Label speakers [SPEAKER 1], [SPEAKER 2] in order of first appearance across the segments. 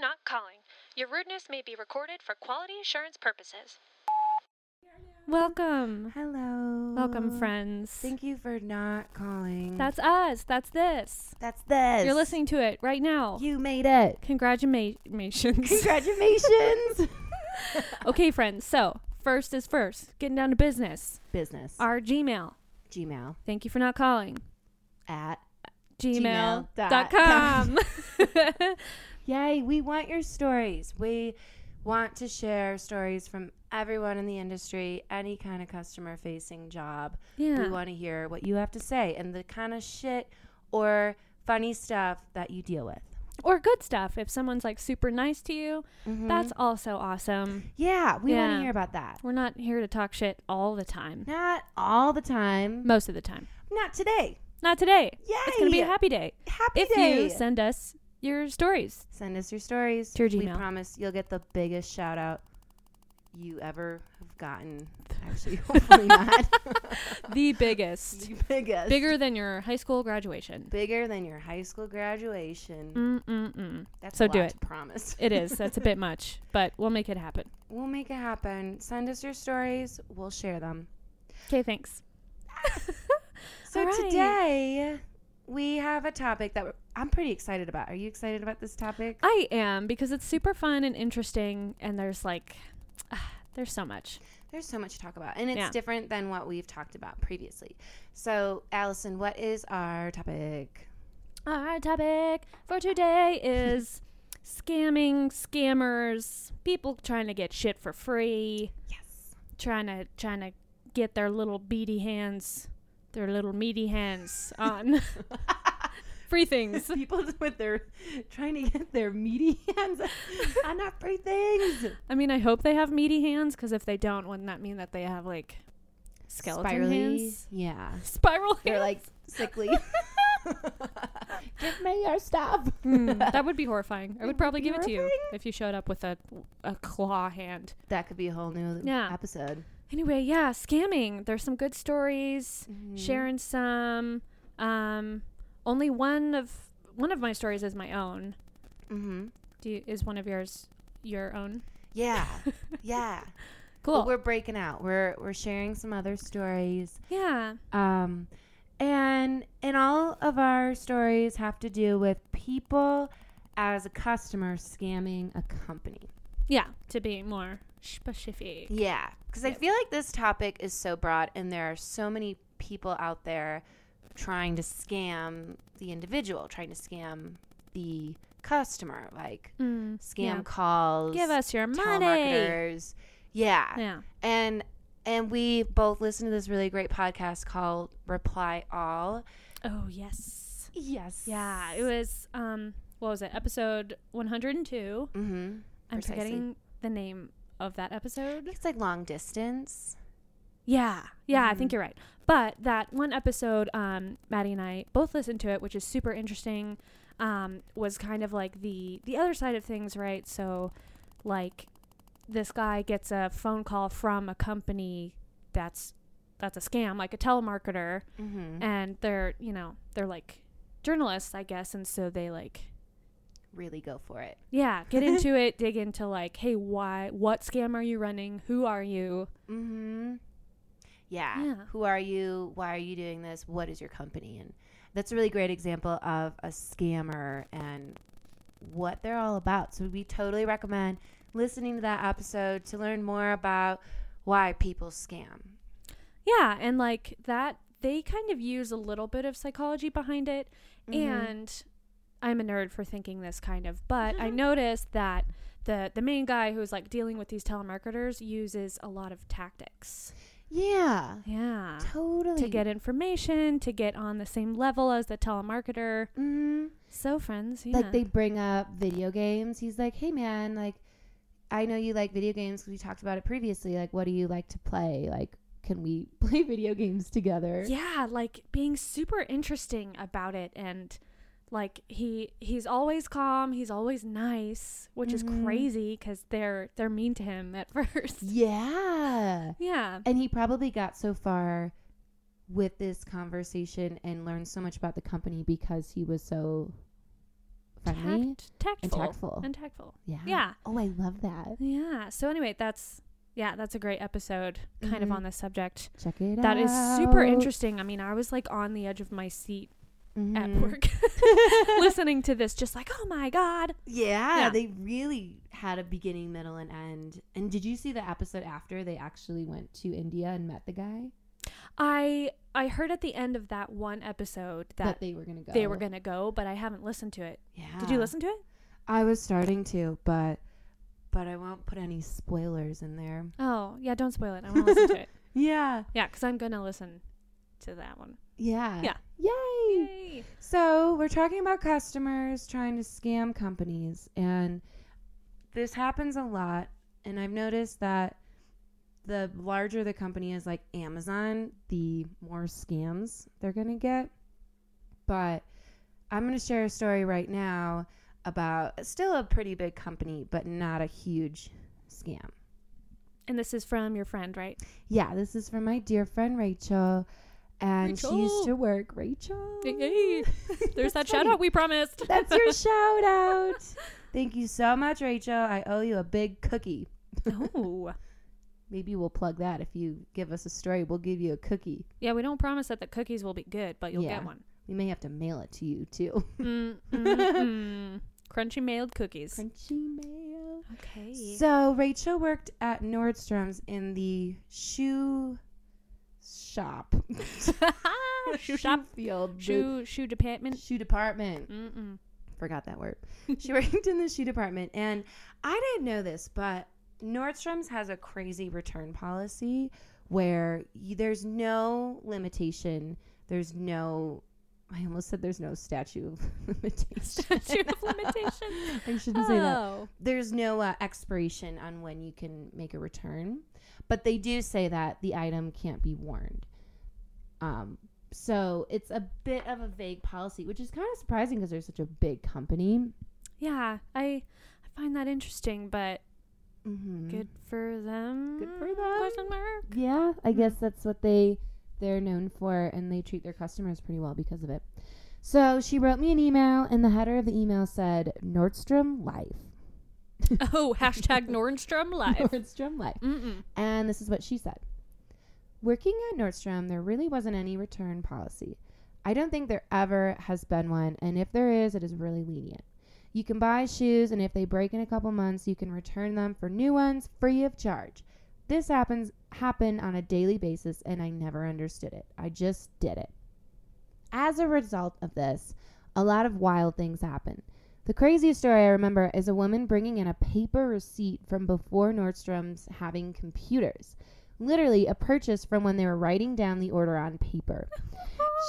[SPEAKER 1] not calling. Your rudeness may be recorded for quality assurance purposes. Welcome.
[SPEAKER 2] Hello.
[SPEAKER 1] Welcome, friends.
[SPEAKER 2] Mm, Thank you for not calling.
[SPEAKER 1] That's us. That's this.
[SPEAKER 2] That's this.
[SPEAKER 1] You're listening to it right now.
[SPEAKER 2] You made it.
[SPEAKER 1] Congratulations.
[SPEAKER 2] Congratulations.
[SPEAKER 1] okay, friends. So, first is first. Getting down to business.
[SPEAKER 2] Business.
[SPEAKER 1] Our Gmail.
[SPEAKER 2] Gmail
[SPEAKER 1] Thank you for not calling.
[SPEAKER 2] at.
[SPEAKER 1] Gmail dot
[SPEAKER 2] dot
[SPEAKER 1] com.
[SPEAKER 2] com. Yay, we want your stories. We want to share stories from everyone in the industry, any kind of customer facing job.
[SPEAKER 1] Yeah.
[SPEAKER 2] We want to hear what you have to say and the kind of shit or funny stuff that you deal with.
[SPEAKER 1] or good stuff. If someone's like super nice to you, that's also awesome.
[SPEAKER 2] Yeah, we want
[SPEAKER 1] Yeah.
[SPEAKER 2] to hear about that.
[SPEAKER 1] We're not here to talk shit all the time.
[SPEAKER 2] Not all the time.
[SPEAKER 1] Most of the time.
[SPEAKER 2] Not today.
[SPEAKER 1] Not today.
[SPEAKER 2] Yay!
[SPEAKER 1] It's going to be a happy day.
[SPEAKER 2] happy
[SPEAKER 1] if
[SPEAKER 2] day.
[SPEAKER 1] you send us your stories.
[SPEAKER 2] Send us your stories.
[SPEAKER 1] To your
[SPEAKER 2] We
[SPEAKER 1] Gmail.
[SPEAKER 2] promise you'll get the biggest shout out you ever have gotten. Actually, hopefully not.
[SPEAKER 1] The biggest.
[SPEAKER 2] the biggest.
[SPEAKER 1] Bigger than your high school graduation.
[SPEAKER 2] Bigger than your high school graduation.
[SPEAKER 1] Mm-mm-mm.
[SPEAKER 2] That's
[SPEAKER 1] Mm. So
[SPEAKER 2] a
[SPEAKER 1] do
[SPEAKER 2] lot
[SPEAKER 1] it.
[SPEAKER 2] to promise.
[SPEAKER 1] It is. That's a bit much, but we'll make it happen.
[SPEAKER 2] We'll make it happen. Send us your stories. We'll share them.
[SPEAKER 1] Okay, thanks.
[SPEAKER 2] So
[SPEAKER 1] All right.
[SPEAKER 2] today we have a topic that we're- I'm pretty excited about. Are you excited about this topic?
[SPEAKER 1] I am because it's super fun and interesting, and there's like, there's so much.
[SPEAKER 2] There's so much to talk about, and it's
[SPEAKER 1] Yeah.
[SPEAKER 2] different than what we've talked about previously. So, Allison, what is our topic?
[SPEAKER 1] Our topic for today is scamming, scammers, people trying to get shit for free,
[SPEAKER 2] Yes.
[SPEAKER 1] trying to trying to get their little beady hands, their little meaty hands on free things.
[SPEAKER 2] People with their trying to get their meaty hands on our free things.
[SPEAKER 1] I mean, I hope they have meaty hands because if they don't, wouldn't that mean that they have like skeleton hands,
[SPEAKER 2] Yeah.
[SPEAKER 1] spiral
[SPEAKER 2] They're
[SPEAKER 1] hands?
[SPEAKER 2] like sickly. Give me your stuff.
[SPEAKER 1] Mm, that would be horrifying. I would
[SPEAKER 2] hmm. would
[SPEAKER 1] probably
[SPEAKER 2] be
[SPEAKER 1] give it to you
[SPEAKER 2] horrifying.
[SPEAKER 1] if you showed up with a a claw hand.
[SPEAKER 2] That could be a whole new
[SPEAKER 1] Yeah.
[SPEAKER 2] episode.
[SPEAKER 1] Anyway, yeah, scamming. There's some good stories.
[SPEAKER 2] Mm-hmm.
[SPEAKER 1] Sharing some. Um, only one of one of my stories is my own.
[SPEAKER 2] Mm-hmm.
[SPEAKER 1] Do you, is one of yours your own?
[SPEAKER 2] Yeah. Yeah.
[SPEAKER 1] Cool.
[SPEAKER 2] But we're breaking out. We're we're sharing some other stories.
[SPEAKER 1] yeah.
[SPEAKER 2] Um, and and all of our stories have to do with people as a customer scamming a company.
[SPEAKER 1] Yeah. To be more specific.
[SPEAKER 2] Yeah, because I feel like this topic is so broad, and there are so many people out there trying to scam the individual, trying to scam the customer, like
[SPEAKER 1] Mm,
[SPEAKER 2] scam
[SPEAKER 1] yeah.
[SPEAKER 2] calls,
[SPEAKER 1] Give us your money.
[SPEAKER 2] telemarketers. Yeah.
[SPEAKER 1] Yeah.
[SPEAKER 2] and and we both listened to this really great podcast called Reply All.
[SPEAKER 1] Oh yes.
[SPEAKER 2] Yes.
[SPEAKER 1] Yeah. It was um. What was it? Episode 102.
[SPEAKER 2] Mm-hmm.
[SPEAKER 1] I'm
[SPEAKER 2] Precisely.
[SPEAKER 1] forgetting the name of that episode.
[SPEAKER 2] It's like long distance.
[SPEAKER 1] Yeah, yeah, I think you're right. But that one episode, um, Maddie and I both listened to it, which is super interesting. Um, was kind of like the the other side of things, right? So, like, this guy gets a phone call from a company that's that's a scam, like a telemarketer,
[SPEAKER 2] Mm-hmm.
[SPEAKER 1] and they're you know they're like journalists, I guess, and so they like
[SPEAKER 2] Really go for it.
[SPEAKER 1] yeah get into it, dig into like, hey, why, what scam are you running? Who are you?
[SPEAKER 2] Mm-hmm. Yeah.
[SPEAKER 1] Yeah.
[SPEAKER 2] Who are you? Why are you doing this? What is your company? And that's a really great example of a scammer and what they're all about. So we totally recommend listening to that episode to learn more about why people scam.
[SPEAKER 1] Yeah, and like that, they kind of use a little bit of psychology behind it.
[SPEAKER 2] Mm-hmm.
[SPEAKER 1] And I'm a nerd for thinking this kind of, but
[SPEAKER 2] Mm-hmm.
[SPEAKER 1] I noticed that the the main guy who's like dealing with these telemarketers uses a lot of tactics.
[SPEAKER 2] Yeah.
[SPEAKER 1] Yeah.
[SPEAKER 2] Totally.
[SPEAKER 1] To get information, to get on the same level as the telemarketer.
[SPEAKER 2] Mm-hmm.
[SPEAKER 1] So friends, yeah.
[SPEAKER 2] Like they bring up video games. He's like, "Hey man, like I know you like video games because we talked about it previously. Like, what do you like to play? Like, can we play video games together?"
[SPEAKER 1] yeah, like being super interesting about it and like he he's always calm, he's always nice, which is
[SPEAKER 2] Mhm.
[SPEAKER 1] crazy cuz they're they're mean to him at first.
[SPEAKER 2] Yeah.
[SPEAKER 1] Yeah.
[SPEAKER 2] And he probably got so far with this conversation and learned so much about the company because he was so friendly
[SPEAKER 1] Tact, tactful.
[SPEAKER 2] and tactful.
[SPEAKER 1] And tactful.
[SPEAKER 2] yeah.
[SPEAKER 1] Yeah.
[SPEAKER 2] Oh, I love that.
[SPEAKER 1] Yeah. So anyway, that's yeah, that's a great episode kind of
[SPEAKER 2] Mhm.
[SPEAKER 1] on this subject.
[SPEAKER 2] Check it out.
[SPEAKER 1] That is super interesting. I mean, I was like on the edge of my seat at
[SPEAKER 2] Mhm.
[SPEAKER 1] work listening to this just like, "Oh my god."
[SPEAKER 2] Yeah,
[SPEAKER 1] Yeah.
[SPEAKER 2] they really had a beginning, middle, and end. And did you see the episode after they actually went to India and met the guy
[SPEAKER 1] I I heard at the end of that one episode
[SPEAKER 2] that,
[SPEAKER 1] that,
[SPEAKER 2] they were gonna go?
[SPEAKER 1] they were going to go, Ah. but I haven't listened to it.
[SPEAKER 2] Yeah.
[SPEAKER 1] Did you listen to it?
[SPEAKER 2] I was starting to, but but I won't put any spoilers in there.
[SPEAKER 1] Oh, yeah, don't spoil it. I want to listen to it.
[SPEAKER 2] Yeah.
[SPEAKER 1] Yeah, cuz I'm going to listen to that one.
[SPEAKER 2] Yeah.
[SPEAKER 1] Yeah.
[SPEAKER 2] Yay.
[SPEAKER 1] Yay.
[SPEAKER 2] So we're talking about customers trying to scam companies, and this happens a lot. And I've noticed that the larger the company is, like Amazon, the more scams they're going to get. But I'm going to share a story right now about still a pretty big company, but not a huge scam.
[SPEAKER 1] And this is from your friend, right?
[SPEAKER 2] Yeah, this is from my dear friend Rachel, and she used
[SPEAKER 1] Rachel.
[SPEAKER 2] to work. Rachel.
[SPEAKER 1] Hey, There's that
[SPEAKER 2] That's
[SPEAKER 1] shout
[SPEAKER 2] funny.
[SPEAKER 1] out we promised.
[SPEAKER 2] That's your shout out. Thank you so much, Rachel. I owe you a big cookie.
[SPEAKER 1] oh.
[SPEAKER 2] Maybe we'll plug that if you give us a story. We'll give you a cookie.
[SPEAKER 1] Yeah, we don't promise that the cookies will be good, but you'll
[SPEAKER 2] Yeah.
[SPEAKER 1] get one.
[SPEAKER 2] We may have to mail it to you too.
[SPEAKER 1] Mm, mm, mm. Crunchy mailed cookies.
[SPEAKER 2] Crunchy mail.
[SPEAKER 1] Okay.
[SPEAKER 2] So Rachel worked at Nordstrom's in the shoe shop,
[SPEAKER 1] shoe shop,
[SPEAKER 2] field, shoe
[SPEAKER 1] shoe shoe department.
[SPEAKER 2] shoe department.
[SPEAKER 1] Mm-mm.
[SPEAKER 2] forgot that word. she worked in the shoe department, and I didn't know this, but Nordstrom's has a crazy return policy where you, there's no limitation. There's no. I almost said there's no statute of limitation.
[SPEAKER 1] Statute of limitation.
[SPEAKER 2] I shouldn't say that.
[SPEAKER 1] Oh,
[SPEAKER 2] There's no uh, expiration on when you can make a return, but they do say that the item can't be warned. Um, so it's a bit of a vague policy, which is kind of surprising because they're such a big company.
[SPEAKER 1] yeah. I I find that interesting, but
[SPEAKER 2] Mm-hmm.
[SPEAKER 1] good Mm. for them.
[SPEAKER 2] Good for them.
[SPEAKER 1] Question mark.
[SPEAKER 2] Yeah, I guess that's what they they're known for, and they treat their customers pretty well because of it. So she wrote me an email, and the header of the email said Nordstrom Life.
[SPEAKER 1] Oh, hashtag Nordstrom live.
[SPEAKER 2] Nordstrom Life.
[SPEAKER 1] Mm-mm.
[SPEAKER 2] And this is what she said. Working at Nordstrom, there really wasn't any return policy. I don't think there ever has been one, and if there is, it is really lenient. You can buy shoes, and if they break in a couple months, you can return them for new ones free of charge. This happens happened on a daily basis, and I never understood it. I just did it. As a result of this, a lot of wild things happen. The craziest story I remember is a woman bringing in a paper receipt from before Nordstrom's having computers. Literally a purchase from when they were writing down the order on paper.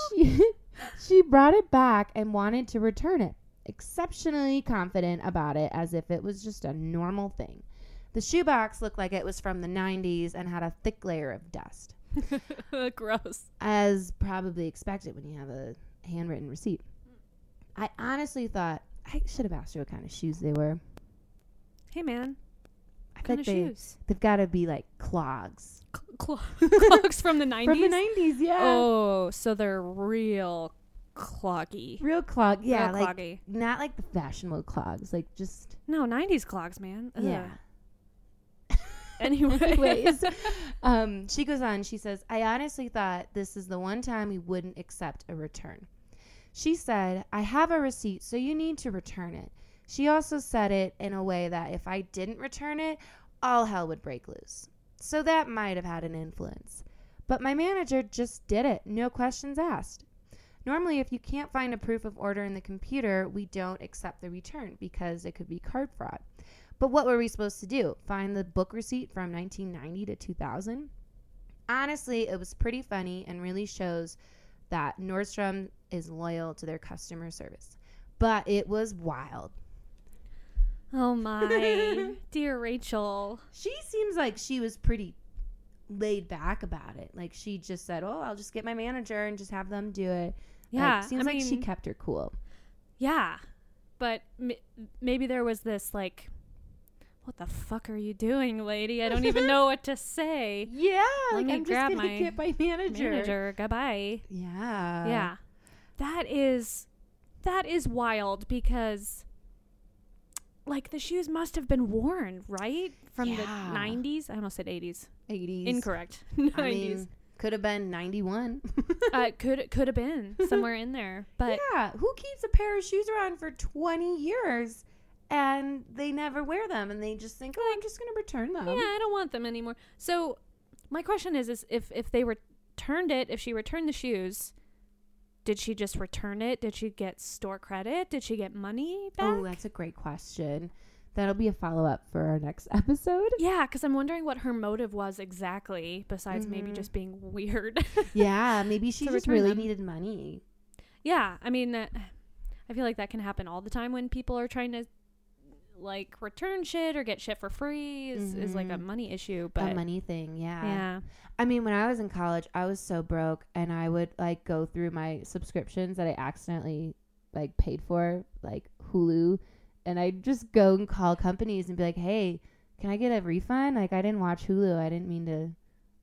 [SPEAKER 2] she, she brought it back and wanted to return it, exceptionally confident about it as if it was just a normal thing. The shoebox looked like it was from the 90s and had a thick layer of dust
[SPEAKER 1] Gross.
[SPEAKER 2] as probably expected when you have a handwritten receipt. I honestly thought I should have asked her what kind of shoes they were.
[SPEAKER 1] Hey man,
[SPEAKER 2] I
[SPEAKER 1] kind of
[SPEAKER 2] think they,
[SPEAKER 1] shoes.
[SPEAKER 2] They've got to be like clogs
[SPEAKER 1] Cl- clo- clogs from the nineties.
[SPEAKER 2] from the nineties. Yeah,
[SPEAKER 1] Oh, so they're real cloggy.
[SPEAKER 2] real clog. Yeah,
[SPEAKER 1] real
[SPEAKER 2] like
[SPEAKER 1] cloggy.
[SPEAKER 2] not like the fashionable clogs. Like just
[SPEAKER 1] No, '90s clogs, man. Ugh.
[SPEAKER 2] yeah.
[SPEAKER 1] Anyway.
[SPEAKER 2] Anyways, um, she goes on. She says, I honestly thought this is the one time we wouldn't accept a return. She said, I have a receipt, so you need to return it. She also said it in a way that if I didn't return it, all hell would break loose. So that might have had an influence. But my manager just did it, no questions asked. Normally, if you can't find a proof of order in the computer, we don't accept the return because it could be card fraud. But what were we supposed to do? Find the book receipt from 1990 to 2000? Honestly, it was pretty funny and really shows that Nordstrom is loyal to their customer service. But it was wild.
[SPEAKER 1] oh my dear Rachel.
[SPEAKER 2] She seems like she was pretty laid back about it. Like she just said, "Oh, I'll just get my manager and just have them do it." Like,
[SPEAKER 1] Yeah,
[SPEAKER 2] seems
[SPEAKER 1] I
[SPEAKER 2] like she
[SPEAKER 1] mean-
[SPEAKER 2] kept her cool.
[SPEAKER 1] Yeah, but m- maybe there was this like, what the fuck are you doing, lady? I don't even know what to say.
[SPEAKER 2] Yeah,
[SPEAKER 1] Let
[SPEAKER 2] like
[SPEAKER 1] me
[SPEAKER 2] I'm just
[SPEAKER 1] grab
[SPEAKER 2] gonna
[SPEAKER 1] my
[SPEAKER 2] get my manager. Uh.
[SPEAKER 1] Manager, goodbye.
[SPEAKER 2] Yeah.
[SPEAKER 1] yeah, that is that is wild because like the shoes must have been worn, right? From
[SPEAKER 2] Yeah.
[SPEAKER 1] the 90s. I almost said 80s.
[SPEAKER 2] 80s.
[SPEAKER 1] Incorrect. 90s.
[SPEAKER 2] I mean, could have been 91.
[SPEAKER 1] uh, could could have been somewhere in there, but
[SPEAKER 2] yeah, who keeps a pair of shoes around for 20 years and they never wear them and they just think, oh, I'm just going to return them?
[SPEAKER 1] yeah, I don't want them anymore. So my question is is if if they returned it, if she returned the shoes, did she just return it? Did she get store credit? Did she get money back?
[SPEAKER 2] Oh, that's a great question. That'll be a follow up for our next episode.
[SPEAKER 1] Yeah, because I'm wondering what her motive was exactly, besides maybe
[SPEAKER 2] Mhm.
[SPEAKER 1] just being weird.
[SPEAKER 2] yeah, maybe she
[SPEAKER 1] To
[SPEAKER 2] just
[SPEAKER 1] return
[SPEAKER 2] really
[SPEAKER 1] them.
[SPEAKER 2] needed money.
[SPEAKER 1] yeah, I mean, uh, I feel like that can happen all the time when people are trying to like return shit or get shit for free is, is like a
[SPEAKER 2] Mhm.
[SPEAKER 1] money issue.
[SPEAKER 2] A
[SPEAKER 1] But
[SPEAKER 2] money thing,
[SPEAKER 1] yeah,
[SPEAKER 2] I mean, when I was in college, I was so broke, and I would like go through my subscriptions that I accidentally like paid for, like Hulu, and I'd just go and call companies and be like, "Hey, can I get a refund? Like, I didn't watch Hulu. I didn't mean to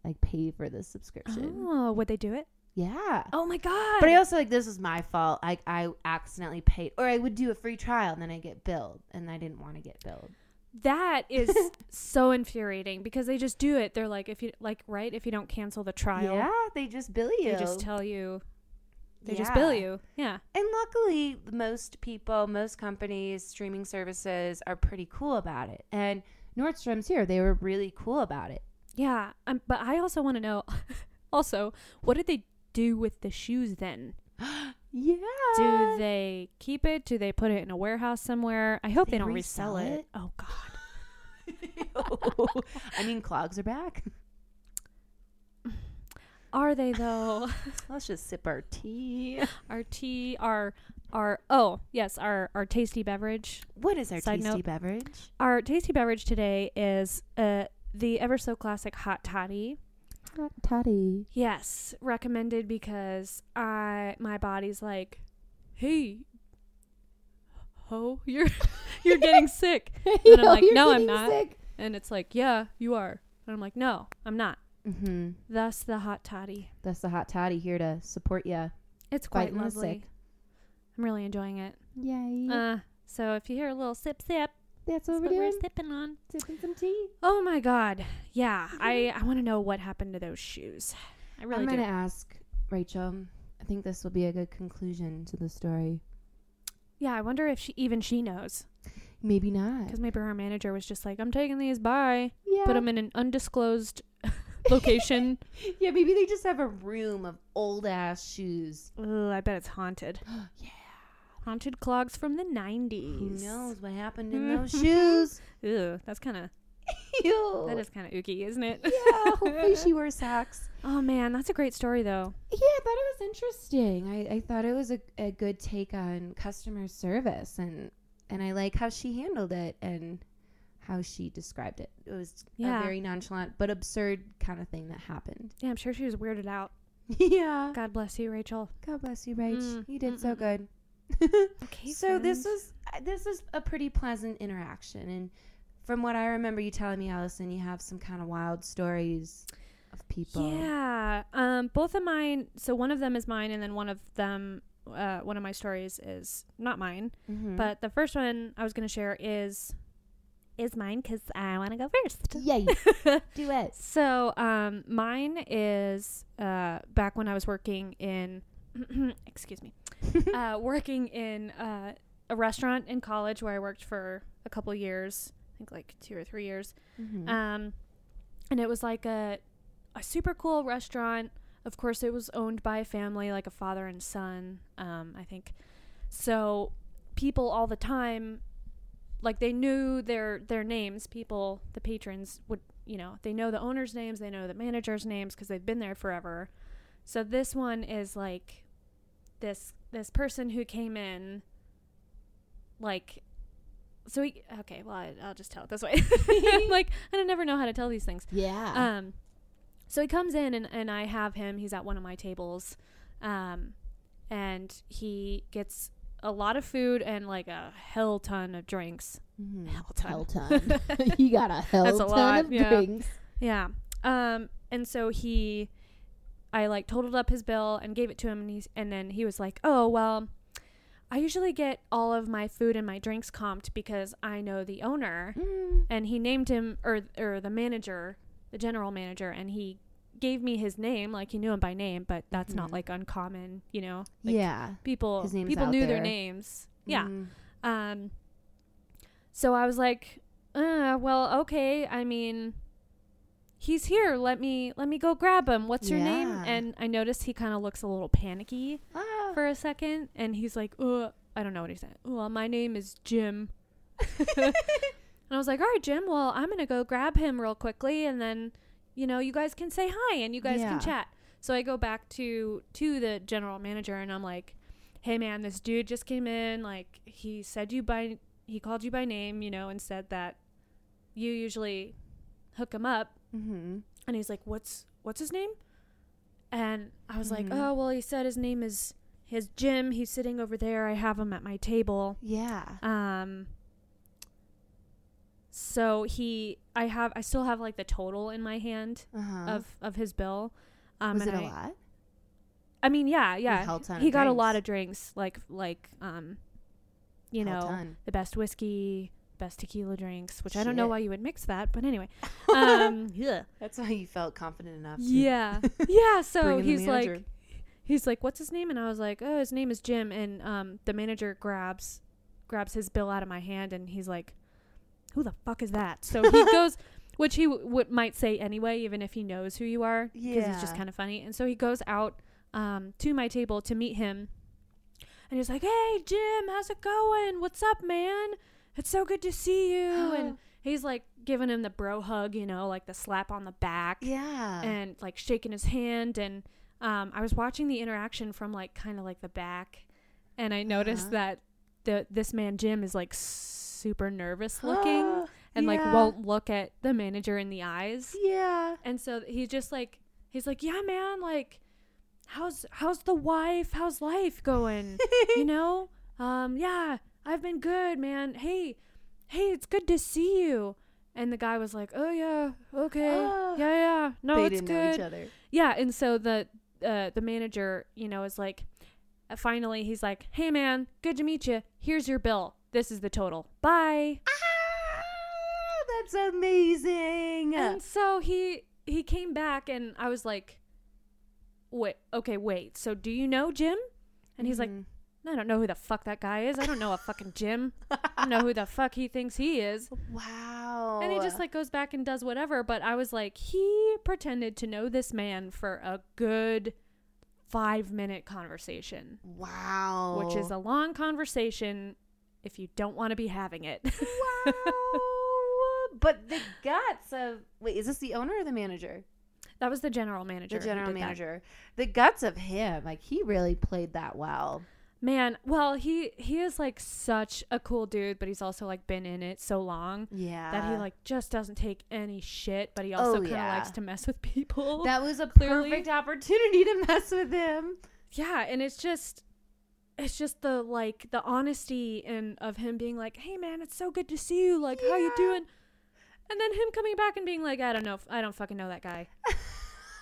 [SPEAKER 2] like pay for this subscription."
[SPEAKER 1] oh, would they do it?
[SPEAKER 2] Yeah.
[SPEAKER 1] Oh my god!
[SPEAKER 2] But I also like this was my fault. Like I accidentally paid, or I would do a free trial and then I get billed, and I didn't want to get billed.
[SPEAKER 1] that is so infuriating because they just do it. They're like, if you like, right? If you don't cancel the trial,
[SPEAKER 2] Yeah, they just bill you.
[SPEAKER 1] they just tell you, they just bill
[SPEAKER 2] Yeah.
[SPEAKER 1] you. Yeah,
[SPEAKER 2] And luckily, most people, most companies, streaming services are pretty cool about it. And Nordstrom's here, they were really cool about it.
[SPEAKER 1] yeah. Um, but I also want to know, also, what did they do with the shoes then?
[SPEAKER 2] Yeah.
[SPEAKER 1] Do they keep it? Do they put it in a warehouse somewhere? I hope they,
[SPEAKER 2] They
[SPEAKER 1] don't
[SPEAKER 2] resell
[SPEAKER 1] resell it.
[SPEAKER 2] it?
[SPEAKER 1] Oh God.
[SPEAKER 2] I mean, clogs are back.
[SPEAKER 1] Are they though?
[SPEAKER 2] Let's just sip our tea.
[SPEAKER 1] our tea, our our oh yes, our our tasty beverage.
[SPEAKER 2] What is our
[SPEAKER 1] Side
[SPEAKER 2] tasty
[SPEAKER 1] note.
[SPEAKER 2] beverage?
[SPEAKER 1] Our tasty beverage today is uh the ever so classic hot toddy.
[SPEAKER 2] Hot toddy.
[SPEAKER 1] Yes, recommended because I my body's like, hey, ho, you're you're getting sick, And I'm like, "No, I'm not." and it's like, yeah, you are, and I'm like, no, I'm not.
[SPEAKER 2] Mm-hmm.
[SPEAKER 1] Thus the hot toddy.
[SPEAKER 2] That's the hot toddy here to support ya.
[SPEAKER 1] It's quite
[SPEAKER 2] Fighting the
[SPEAKER 1] lovely.
[SPEAKER 2] sick.
[SPEAKER 1] I'm really enjoying it.
[SPEAKER 2] Yay.
[SPEAKER 1] Uh, so if you hear a little sip sip,
[SPEAKER 2] That's
[SPEAKER 1] that's
[SPEAKER 2] what we're
[SPEAKER 1] what we're
[SPEAKER 2] doing.
[SPEAKER 1] sipping on.
[SPEAKER 2] Sipping some tea.
[SPEAKER 1] Oh my god. Yeah. I, I want to know what happened to those shoes. I really
[SPEAKER 2] I'm
[SPEAKER 1] do.
[SPEAKER 2] going to ask Rachel. I think this will be a good conclusion to the story.
[SPEAKER 1] Yeah, I wonder if she even she knows.
[SPEAKER 2] Maybe not.
[SPEAKER 1] Because maybe her manager was just like, I'm taking these by.
[SPEAKER 2] Yeah.
[SPEAKER 1] Put them in an undisclosed location.
[SPEAKER 2] yeah, maybe they just have a room of old ass shoes.
[SPEAKER 1] Ugh, I bet it's haunted.
[SPEAKER 2] yeah.
[SPEAKER 1] Haunted clogs from the 90s.
[SPEAKER 2] Who knows what happened in those shoes?
[SPEAKER 1] Ew, that's kind of,
[SPEAKER 2] Ew.
[SPEAKER 1] that is kind of ooky, isn't it?
[SPEAKER 2] yeah, hopefully she wore socks.
[SPEAKER 1] oh man, that's a great story though.
[SPEAKER 2] Yeah, I thought it was interesting. I, I thought it was a, a good take on customer service and and I like how she handled it and how she described it. It was
[SPEAKER 1] Yeah.
[SPEAKER 2] a very nonchalant but absurd kind of thing that happened.
[SPEAKER 1] Yeah, I'm sure she was weirded out.
[SPEAKER 2] yeah.
[SPEAKER 1] God bless you, Rachel.
[SPEAKER 2] God bless you, Rach.
[SPEAKER 1] Mm,
[SPEAKER 2] you did so
[SPEAKER 1] mm,
[SPEAKER 2] good.
[SPEAKER 1] Okay,
[SPEAKER 2] so this
[SPEAKER 1] friends.
[SPEAKER 2] was uh, this is a pretty pleasant interaction, and from what I remember you telling me, Allison, you have some kind of wild stories of people.
[SPEAKER 1] Yeah. Um, both of mine. So one of them is mine, and then one of them, uh, one of my stories is not mine.
[SPEAKER 2] Mhm.
[SPEAKER 1] But the first one I was going to share is is mine because I want to go first.
[SPEAKER 2] yay, do it.
[SPEAKER 1] So um, mine is uh, back when I was working in, excuse me, uh, working in uh, a restaurant in college where I worked for a couple years. I think like two or three years.
[SPEAKER 2] Mhm.
[SPEAKER 1] Um, and it was like a a super cool restaurant. Of course, it was owned by a family, like a father and son. Um, I think so. People all the time, like they knew their their names. People, the patrons would, you know, they know the owners' names, they know the managers' names because they've been there forever. So this one is like this this person who came in, like, so he okay. Well, I, I'll just tell it this way. I'm like I don't never know how to tell these things.
[SPEAKER 2] yeah.
[SPEAKER 1] Um, so he comes in and, and I have him. He's at one of my tables, um, and he gets a lot of food and like a hell ton of drinks.
[SPEAKER 2] Mhm.
[SPEAKER 1] Hell ton.
[SPEAKER 2] Hell ton. you got a hell
[SPEAKER 1] That's a
[SPEAKER 2] ton
[SPEAKER 1] lot,
[SPEAKER 2] of
[SPEAKER 1] yeah.
[SPEAKER 2] drinks.
[SPEAKER 1] Yeah. Um, and so he, I like totaled up his bill and gave it to him, and he and then he was like, "Oh well, I usually get all of my food and my drinks comped because I know the owner
[SPEAKER 2] Mm.
[SPEAKER 1] and he named him or or the manager, the general manager and he gave me his name like he knew him by name, but that's not
[SPEAKER 2] Mhm.
[SPEAKER 1] like uncommon, you know. Like,
[SPEAKER 2] yeah.
[SPEAKER 1] People
[SPEAKER 2] His name's
[SPEAKER 1] people
[SPEAKER 2] out
[SPEAKER 1] knew their
[SPEAKER 2] there.
[SPEAKER 1] names. Yeah.
[SPEAKER 2] Mm.
[SPEAKER 1] Um, so I was like, uh, well, okay. I mean, he's here. Let me let me go grab him. What's your name?
[SPEAKER 2] Yeah.
[SPEAKER 1] And I noticed he kind of looks a little panicky
[SPEAKER 2] Ah.
[SPEAKER 1] for a second, and he's like, uh, I don't know what he said. Well, my name is Jim. and I was like, all right, Jim. Well, I'm gonna go grab him real quickly, and then you know you guys can say hi and you guys
[SPEAKER 2] Yeah.
[SPEAKER 1] can chat. So I go back to to the general manager, and I'm like, hey man, this dude just came in. Like he said you by he called you by name, you know, and said that you usually hook him up.
[SPEAKER 2] mm-hmm.
[SPEAKER 1] And he's like, what's what's his name? And I was
[SPEAKER 2] Mhm.
[SPEAKER 1] like, oh well, he said his name is his Jim. He's sitting over there. I have him at my table.
[SPEAKER 2] Yeah.
[SPEAKER 1] Um. So he, I have, I still have like the total in my hand
[SPEAKER 2] Uh-huh.
[SPEAKER 1] of of his bill. Um,
[SPEAKER 2] was
[SPEAKER 1] and
[SPEAKER 2] it a
[SPEAKER 1] I-
[SPEAKER 2] lot?
[SPEAKER 1] I mean, yeah, yeah.
[SPEAKER 2] hell ton
[SPEAKER 1] he
[SPEAKER 2] of
[SPEAKER 1] got a lot
[SPEAKER 2] drinks.
[SPEAKER 1] of drinks, like like um, you
[SPEAKER 2] Hell
[SPEAKER 1] know,
[SPEAKER 2] Oh, ton.
[SPEAKER 1] the best whiskey, best tequila drinks. Which I don't know
[SPEAKER 2] Shit.
[SPEAKER 1] why you would mix that, but anyway. Um, yeah,
[SPEAKER 2] That's why you felt confident enough. to
[SPEAKER 1] yeah, yeah.
[SPEAKER 2] bring
[SPEAKER 1] So
[SPEAKER 2] in the
[SPEAKER 1] he's like,
[SPEAKER 2] manager.
[SPEAKER 1] he's like, "What's his name?" And I was like, "Oh, his name is Jim." And um, the manager grabs grabs his bill out of my hand, and he's like, "Who the fuck is that?" So he goes, which he w- would might say anyway, even if he knows who you are, because it's just
[SPEAKER 2] Yeah.
[SPEAKER 1] kind of funny. And so he goes out um, to my table to meet him, and he's like, "Hey, Jim, how's it going? What's up, man? It's so good to see you." and he's like giving him the bro hug, you know, like the slap on the back
[SPEAKER 2] yeah.
[SPEAKER 1] and like shaking his hand and um, i was watching the interaction from like kind of like the back and i noticed
[SPEAKER 2] Uh-huh.
[SPEAKER 1] that the this man jim is like super nervous looking and like
[SPEAKER 2] Yeah.
[SPEAKER 1] won't look at the manager in the eyes
[SPEAKER 2] Yeah.
[SPEAKER 1] and so he's just like he's like yeah man like how's how's the wife how's life going you know um yeah i've been good man hey hey it's good to see you and the guy was like oh yeah okay
[SPEAKER 2] Ah.
[SPEAKER 1] yeah yeah no
[SPEAKER 2] they
[SPEAKER 1] Oh, it's
[SPEAKER 2] didn't
[SPEAKER 1] good
[SPEAKER 2] know each other.
[SPEAKER 1] yeah, and so the uh, the manager, you know, is like, uh, finally, he's like, "Hey, man, good to meet you. Here's your bill. This is the total. Bye."
[SPEAKER 2] Ah, that's amazing.
[SPEAKER 1] And so he he came back, and I was like, "Wait, okay, wait. So do you know Jim?" And he's
[SPEAKER 2] Mhm.
[SPEAKER 1] like, "I don't know who the fuck that guy is. I don't know a fucking Jim. I don't know who the fuck he thinks he is."
[SPEAKER 2] wow.
[SPEAKER 1] And he just like goes back and does whatever. But I was like, he pretended to know this man for a good five minute conversation.
[SPEAKER 2] wow,
[SPEAKER 1] which is a long conversation if you don't want to be having it.
[SPEAKER 2] wow. but the guts of wait, is this the owner or the manager?
[SPEAKER 1] that was the general manager.
[SPEAKER 2] The
[SPEAKER 1] who
[SPEAKER 2] general
[SPEAKER 1] did that.
[SPEAKER 2] manager. The guts of him, like he really played that well.
[SPEAKER 1] Man, well, he he is like such a cool dude, but he's also like been in it so long
[SPEAKER 2] Yeah,
[SPEAKER 1] that he like just doesn't take any shit, but he also
[SPEAKER 2] Oh,
[SPEAKER 1] kind of
[SPEAKER 2] yeah.
[SPEAKER 1] likes to mess with people.
[SPEAKER 2] that was a
[SPEAKER 1] clearly-
[SPEAKER 2] perfect opportunity to mess with him.
[SPEAKER 1] yeah, and it's just it's just the like the honesty and of him being like, "Hey man, it's so good to see you. Like, how you
[SPEAKER 2] Yeah.
[SPEAKER 1] doing?" And then him coming back and being like, "I don't know. I don't fucking know that guy."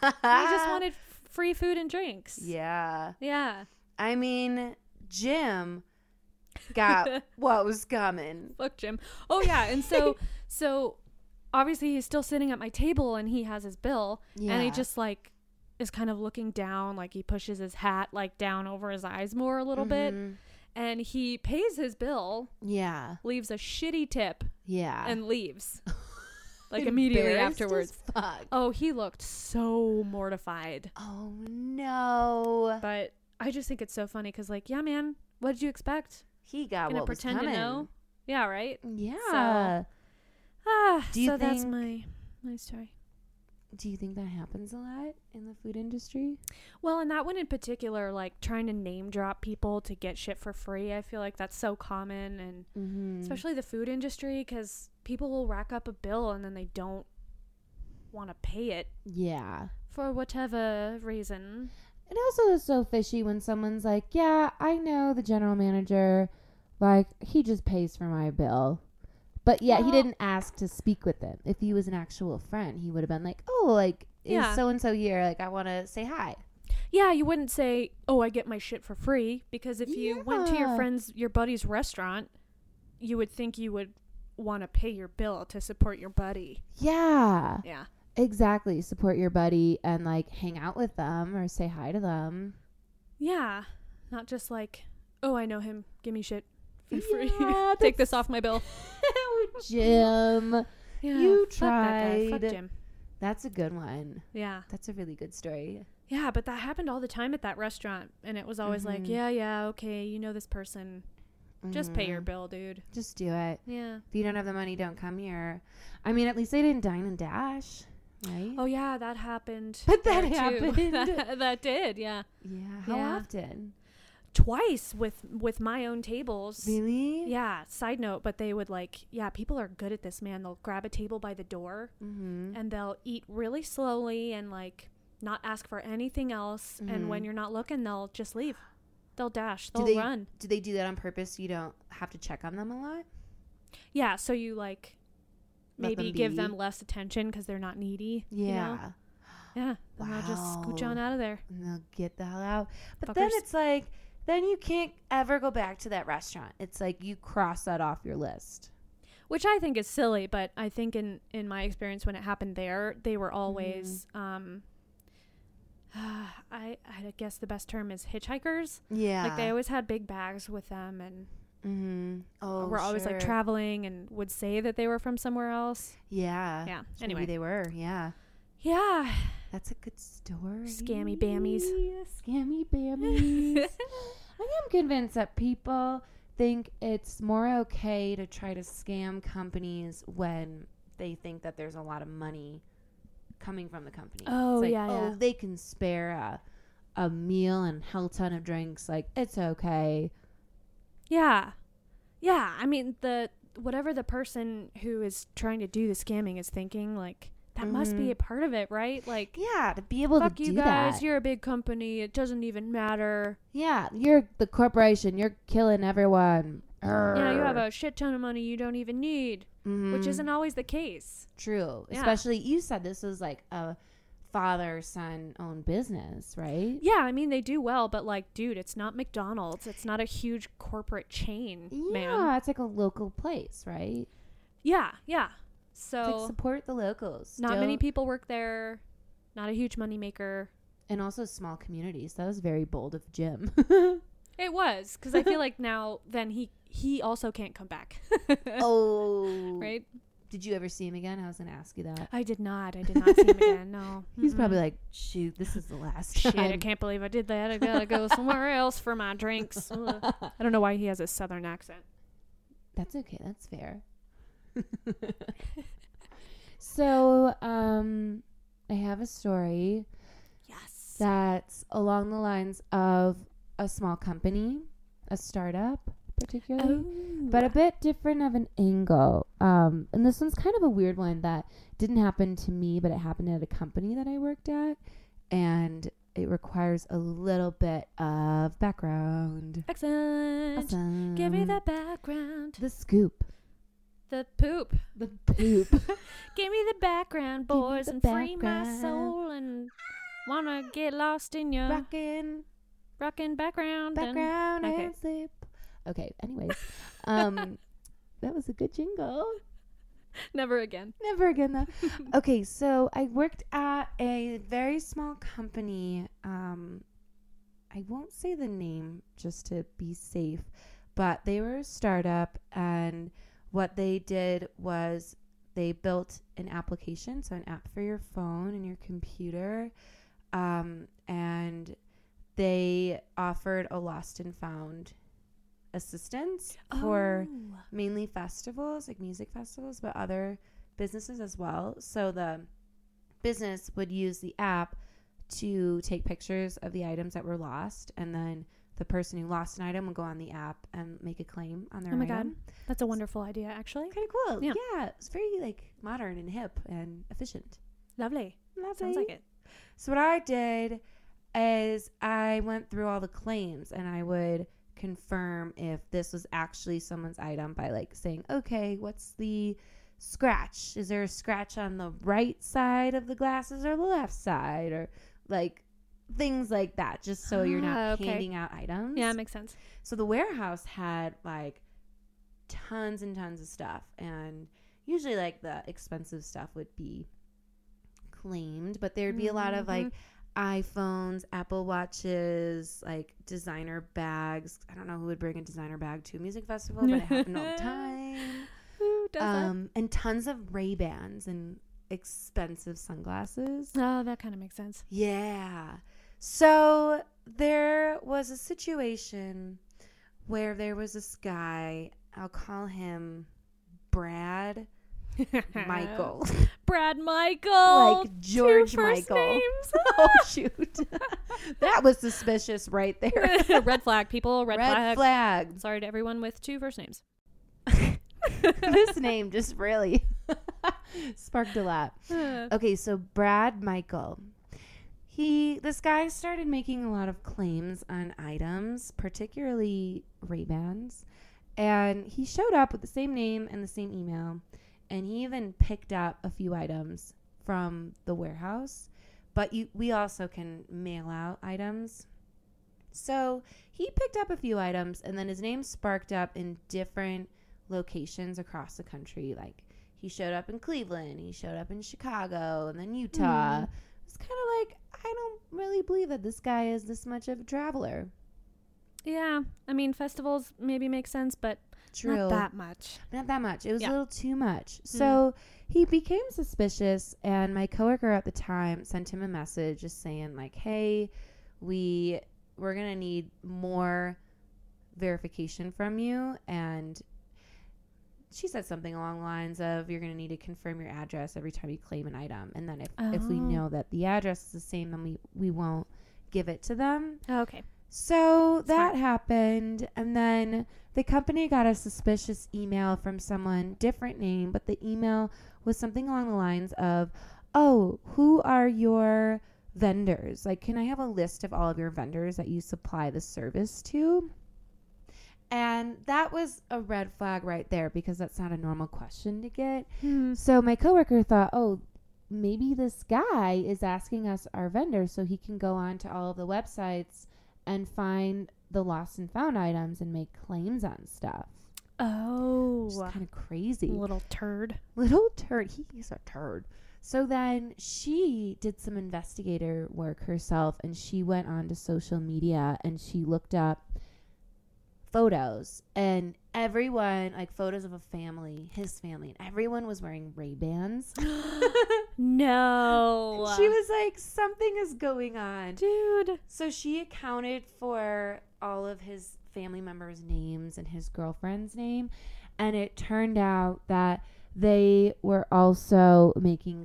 [SPEAKER 1] I just wanted f- free food and drinks.
[SPEAKER 2] Ah. Yeah.
[SPEAKER 1] Yeah.
[SPEAKER 2] I mean, Jim got what was coming.
[SPEAKER 1] Fuck Jim. Oh yeah, and so so obviously he's still sitting at my table and he has his bill and he
[SPEAKER 2] Yeah.
[SPEAKER 1] just like is kind of looking down like he pushes his hat like down over his eyes more a little bit
[SPEAKER 2] Mhm.
[SPEAKER 1] and he pays his bill,
[SPEAKER 2] Yeah.
[SPEAKER 1] leaves a shitty tip
[SPEAKER 2] Yeah.
[SPEAKER 1] and leaves. like immediately
[SPEAKER 2] Ah. Embarrassed as
[SPEAKER 1] afterwards.
[SPEAKER 2] Fuck.
[SPEAKER 1] Oh, he looked so mortified.
[SPEAKER 2] Oh no.
[SPEAKER 1] But I just think it's so funny cuz like, yeah man, what did you expect?
[SPEAKER 2] He got
[SPEAKER 1] Gonna
[SPEAKER 2] what was
[SPEAKER 1] pretend to
[SPEAKER 2] coming.
[SPEAKER 1] know? Yeah, right?
[SPEAKER 2] Yeah.
[SPEAKER 1] Ah,
[SPEAKER 2] Do you
[SPEAKER 1] so that's
[SPEAKER 2] think-
[SPEAKER 1] my my story.
[SPEAKER 2] Do you think that happens a lot in the food industry?
[SPEAKER 1] Well, and that one in particular, like trying to name drop people to get shit for free, I feel like that's so common, and
[SPEAKER 2] Mm-hmm.
[SPEAKER 1] especially the food industry, because people will rack up a bill and then they don't want to pay it
[SPEAKER 2] Yeah.
[SPEAKER 1] for whatever reason.
[SPEAKER 2] It also is so fishy when someone's like, "Yeah, I know the general manager, like he just pays for my bill." But yeah, he
[SPEAKER 1] Well-
[SPEAKER 2] didn't ask to speak with them. If he was an actual friend, he would have been like, "Oh, like
[SPEAKER 1] Yeah.
[SPEAKER 2] is so and so here? Like I want to say hi."
[SPEAKER 1] yeah, you wouldn't say, "Oh, I get my shit for free," because if you went to your
[SPEAKER 2] Yeah.
[SPEAKER 1] friend's, your buddy's restaurant, you would think you would want to pay your bill to support your buddy.
[SPEAKER 2] Yeah.
[SPEAKER 1] Yeah.
[SPEAKER 2] Exactly. Support your buddy and like hang out with them or say hi to them.
[SPEAKER 1] Yeah. Not just like, "Oh, I know him. Give me shit for
[SPEAKER 2] Yeah,
[SPEAKER 1] free. Take this off my bill."
[SPEAKER 2] Jim.
[SPEAKER 1] Yeah.
[SPEAKER 2] You
[SPEAKER 1] fuck that guy.
[SPEAKER 2] tried.
[SPEAKER 1] Fuck Jim.
[SPEAKER 2] That's a good one.
[SPEAKER 1] Yeah.
[SPEAKER 2] That's a really good story.
[SPEAKER 1] Yeah, but that happened all the time at that restaurant and it was always like,
[SPEAKER 2] Mhm.
[SPEAKER 1] "Yeah, yeah, okay, you know this person. Just pay your
[SPEAKER 2] Mhm.
[SPEAKER 1] bill, dude."
[SPEAKER 2] Just do it.
[SPEAKER 1] Yeah.
[SPEAKER 2] If you don't have the money, don't come here. I mean, at least they didn't dine and dash, right?
[SPEAKER 1] Oh yeah, that happened.
[SPEAKER 2] But that
[SPEAKER 1] there,
[SPEAKER 2] happened.
[SPEAKER 1] that, that did, yeah.
[SPEAKER 2] yeah. How
[SPEAKER 1] yeah.
[SPEAKER 2] often?
[SPEAKER 1] Twice with with my own tables.
[SPEAKER 2] Really?
[SPEAKER 1] Yeah, side note, but they would like, yeah, people are good at this, man. They'll grab a table by the door
[SPEAKER 2] Mm-hmm.
[SPEAKER 1] and they'll eat really slowly and like not ask for anything else and when
[SPEAKER 2] Mhm.
[SPEAKER 1] you're not looking, they'll just leave. They'll dash,
[SPEAKER 2] Do
[SPEAKER 1] they'll
[SPEAKER 2] they
[SPEAKER 1] run.
[SPEAKER 2] do they do that on purpose? so You don't have to check on them a lot.
[SPEAKER 1] Yeah, so you like
[SPEAKER 2] Let
[SPEAKER 1] maybe
[SPEAKER 2] them
[SPEAKER 1] give
[SPEAKER 2] be.
[SPEAKER 1] them less attention cuz they're not needy.
[SPEAKER 2] Yeah.
[SPEAKER 1] You know? Yeah. And they'll just scooch on
[SPEAKER 2] Wow.
[SPEAKER 1] out of there.
[SPEAKER 2] and they'll get the hell out. But then
[SPEAKER 1] Fuckers.
[SPEAKER 2] it's like, then you can't ever go back to that restaurant. It's like you cross that off your list.
[SPEAKER 1] which I think is silly, but I think in in my experience when it happened there, they were always
[SPEAKER 2] Mm.
[SPEAKER 1] um I I guess the best term is hitchhikers.
[SPEAKER 2] Yeah.
[SPEAKER 1] Like they always had big bags with them and
[SPEAKER 2] mm-hmm. Oh,
[SPEAKER 1] were always like
[SPEAKER 2] sure.
[SPEAKER 1] traveling and would say that they were from somewhere else.
[SPEAKER 2] Yeah.
[SPEAKER 1] yeah.
[SPEAKER 2] So
[SPEAKER 1] Anyway.
[SPEAKER 2] Maybe they were. Yeah.
[SPEAKER 1] yeah.
[SPEAKER 2] That's a good story.
[SPEAKER 1] Scammy bammies.
[SPEAKER 2] Scammy bammies. I am convinced that people think it's more okay to try to scam companies when they think that there's a lot of money coming from the company.
[SPEAKER 1] Oh,
[SPEAKER 2] it's like,
[SPEAKER 1] yeah,
[SPEAKER 2] oh,
[SPEAKER 1] yeah.
[SPEAKER 2] they can spare a, a meal and hell ton of drinks. Like it's okay.
[SPEAKER 1] Yeah. Yeah, I mean the whatever the person who is trying to do the scamming is thinking like that must be
[SPEAKER 2] Mhm.
[SPEAKER 1] a part of it, right? Like
[SPEAKER 2] Yeah, to be able
[SPEAKER 1] fuck
[SPEAKER 2] to
[SPEAKER 1] you
[SPEAKER 2] do
[SPEAKER 1] guys,
[SPEAKER 2] that.
[SPEAKER 1] you're a big company, it doesn't even matter.
[SPEAKER 2] yeah, you're the corporation. You're killing everyone.
[SPEAKER 1] Yeah, you have a shit ton of money you don't even need, which isn't
[SPEAKER 2] Mm.
[SPEAKER 1] always the case.
[SPEAKER 2] Mm-hmm. true.
[SPEAKER 1] Yeah.
[SPEAKER 2] Especially you said this was like a father son owned business, right?
[SPEAKER 1] Yeah, I mean they do well, but like, dude, it's not McDonald's. It's not a huge corporate chain,
[SPEAKER 2] Yeah,
[SPEAKER 1] man.
[SPEAKER 2] it's like a local place, right?
[SPEAKER 1] Yeah, yeah.
[SPEAKER 2] It's like
[SPEAKER 1] So
[SPEAKER 2] support the locals.
[SPEAKER 1] not many
[SPEAKER 2] Don't-
[SPEAKER 1] people work there. Not a huge moneymaker.
[SPEAKER 2] and also small communities. That was very bold of Jim.
[SPEAKER 1] It was because I feel like now then he he also can't come back.
[SPEAKER 2] oh,
[SPEAKER 1] right.
[SPEAKER 2] Did you ever see him again? I was gonna ask you that.
[SPEAKER 1] I did not. I did not see him again. No.
[SPEAKER 2] He's
[SPEAKER 1] Mm-mm.
[SPEAKER 2] probably like, shoot, this is the last
[SPEAKER 1] shit. I
[SPEAKER 2] time.
[SPEAKER 1] can't believe I did that. I gotta go somewhere else for my drinks. Ugh. I don't know why he has a southern accent.
[SPEAKER 2] That's okay. That's fair. so, um, I have a story
[SPEAKER 1] Yes.
[SPEAKER 2] that's along the lines of a small company, a startup, particularly.
[SPEAKER 1] Oh,
[SPEAKER 2] oh, but a bit different of an angle. Um, and this one's kind of a weird one that didn't happen to me, but it happened at a company that I worked at, and it requires a little bit of background.
[SPEAKER 1] excellent.
[SPEAKER 2] Awesome.
[SPEAKER 1] Give me the background,
[SPEAKER 2] the scoop,
[SPEAKER 1] the poop.
[SPEAKER 2] the poop.
[SPEAKER 1] Give me the background,
[SPEAKER 2] Give me
[SPEAKER 1] boys,
[SPEAKER 2] the
[SPEAKER 1] and free my
[SPEAKER 2] background.
[SPEAKER 1] soul and wanna get lost in your
[SPEAKER 2] Rockin'
[SPEAKER 1] rockin' background. and-
[SPEAKER 2] background
[SPEAKER 1] okay.
[SPEAKER 2] and sip. Okay. Anyways, um, that was a good jingle.
[SPEAKER 1] Never again.
[SPEAKER 2] Never again, though. okay, so I worked at a very small company. Um, I won't say the name just to be safe, but they were a startup, and what they did was they built an application, so an app for your phone and your computer, um, and they offered a lost and found assistance for
[SPEAKER 1] Oh.
[SPEAKER 2] mainly festivals, like music festivals, but other businesses as well. So the business would use the app to take pictures of the items that were lost, and then the person who lost an item would go on the app and make a claim on their
[SPEAKER 1] Oh my God.
[SPEAKER 2] item.
[SPEAKER 1] that's a wonderful idea, actually.
[SPEAKER 2] Kind of cool.
[SPEAKER 1] Yeah.
[SPEAKER 2] Yeah. it's very like modern and hip and efficient.
[SPEAKER 1] Lovely.
[SPEAKER 2] Lovely.
[SPEAKER 1] Sounds like it.
[SPEAKER 2] So what I did is I went through all the claims and I would confirm if this was actually someone's item by like saying, "Okay, what's the scratch? Is there a scratch on the right side of the glasses or the left side or like things like that, just so you're
[SPEAKER 1] Ah,
[SPEAKER 2] not
[SPEAKER 1] okay.
[SPEAKER 2] handing out items.
[SPEAKER 1] Yeah, makes sense.
[SPEAKER 2] So the warehouse had like tons and tons of stuff, and usually like the expensive stuff would be claimed, but there'd be a lot of like iPhones, Apple Watches, like designer bags. I don't know who would bring a designer bag to a music festival, but it happened all the time.
[SPEAKER 1] Who does
[SPEAKER 2] Um, and tons of Ray Bans and expensive sunglasses.
[SPEAKER 1] that? Oh, that kind of makes sense.
[SPEAKER 2] Yeah. So there was a situation where there was this guy, I'll call him Brad Michael.
[SPEAKER 1] Brad Michael.
[SPEAKER 2] Like George
[SPEAKER 1] Oh, Two first
[SPEAKER 2] Michael.
[SPEAKER 1] names.
[SPEAKER 2] oh, shoot. that was suspicious right there.
[SPEAKER 1] red flag, people. Red,
[SPEAKER 2] Red
[SPEAKER 1] flag.
[SPEAKER 2] flags.
[SPEAKER 1] Sorry to everyone with two first names.
[SPEAKER 2] this name just really sparked a lot.
[SPEAKER 1] Uh.
[SPEAKER 2] Okay, so Brad Michael. He this guy started making a lot of claims on items, particularly Ray-Bans, and he showed up with the same name and the same email, and he even picked up a few items from the warehouse, but you we also can mail out items. So, he picked up a few items and then his name sparked up in different locations across the country like he showed up in Cleveland, he showed up in Chicago, and then Utah.
[SPEAKER 1] Mm-hmm.
[SPEAKER 2] It's kind of like I don't really believe that this guy is this much of a traveler.
[SPEAKER 1] yeah, I mean festivals maybe make sense, but
[SPEAKER 2] True.
[SPEAKER 1] not that much.
[SPEAKER 2] Not that much. It was
[SPEAKER 1] Yeah. Hmm.
[SPEAKER 2] a little too much. So he became suspicious, and my coworker at the time sent him a message just saying like, "Hey, we we're gonna need more verification from you." And she said something along the lines of, "You're gonna need to confirm your address every time you claim an item, and then if if we
[SPEAKER 1] Oh.
[SPEAKER 2] know that the address is the same, then we we won't give it to them."
[SPEAKER 1] Okay.
[SPEAKER 2] So that
[SPEAKER 1] Smart.
[SPEAKER 2] happened, and then the company got a suspicious email from someone different name, but the email was something along the lines of, "Oh, who are your vendors? Like, can I have a list of all of your vendors that you supply the service to?" And that was a red flag right there because that's not a normal question to get.
[SPEAKER 1] Hmm.
[SPEAKER 2] So my coworker thought, oh, maybe this guy is asking us our vendor so he can go on to all of the websites and find the lost and found items and make claims on stuff. Which is
[SPEAKER 1] Oh,
[SPEAKER 2] kind of crazy.
[SPEAKER 1] little turd.
[SPEAKER 2] Little turd. He is a turd. So then she did some investigator work herself and she went on to social media and she looked up photos and everyone like photos of a family, his family, and everyone was wearing Ray-Bans.
[SPEAKER 1] No.
[SPEAKER 2] She was like, something is going on.
[SPEAKER 1] dude.
[SPEAKER 2] So she accounted for all of his family members' names and his girlfriend's name. And it turned out that they were also making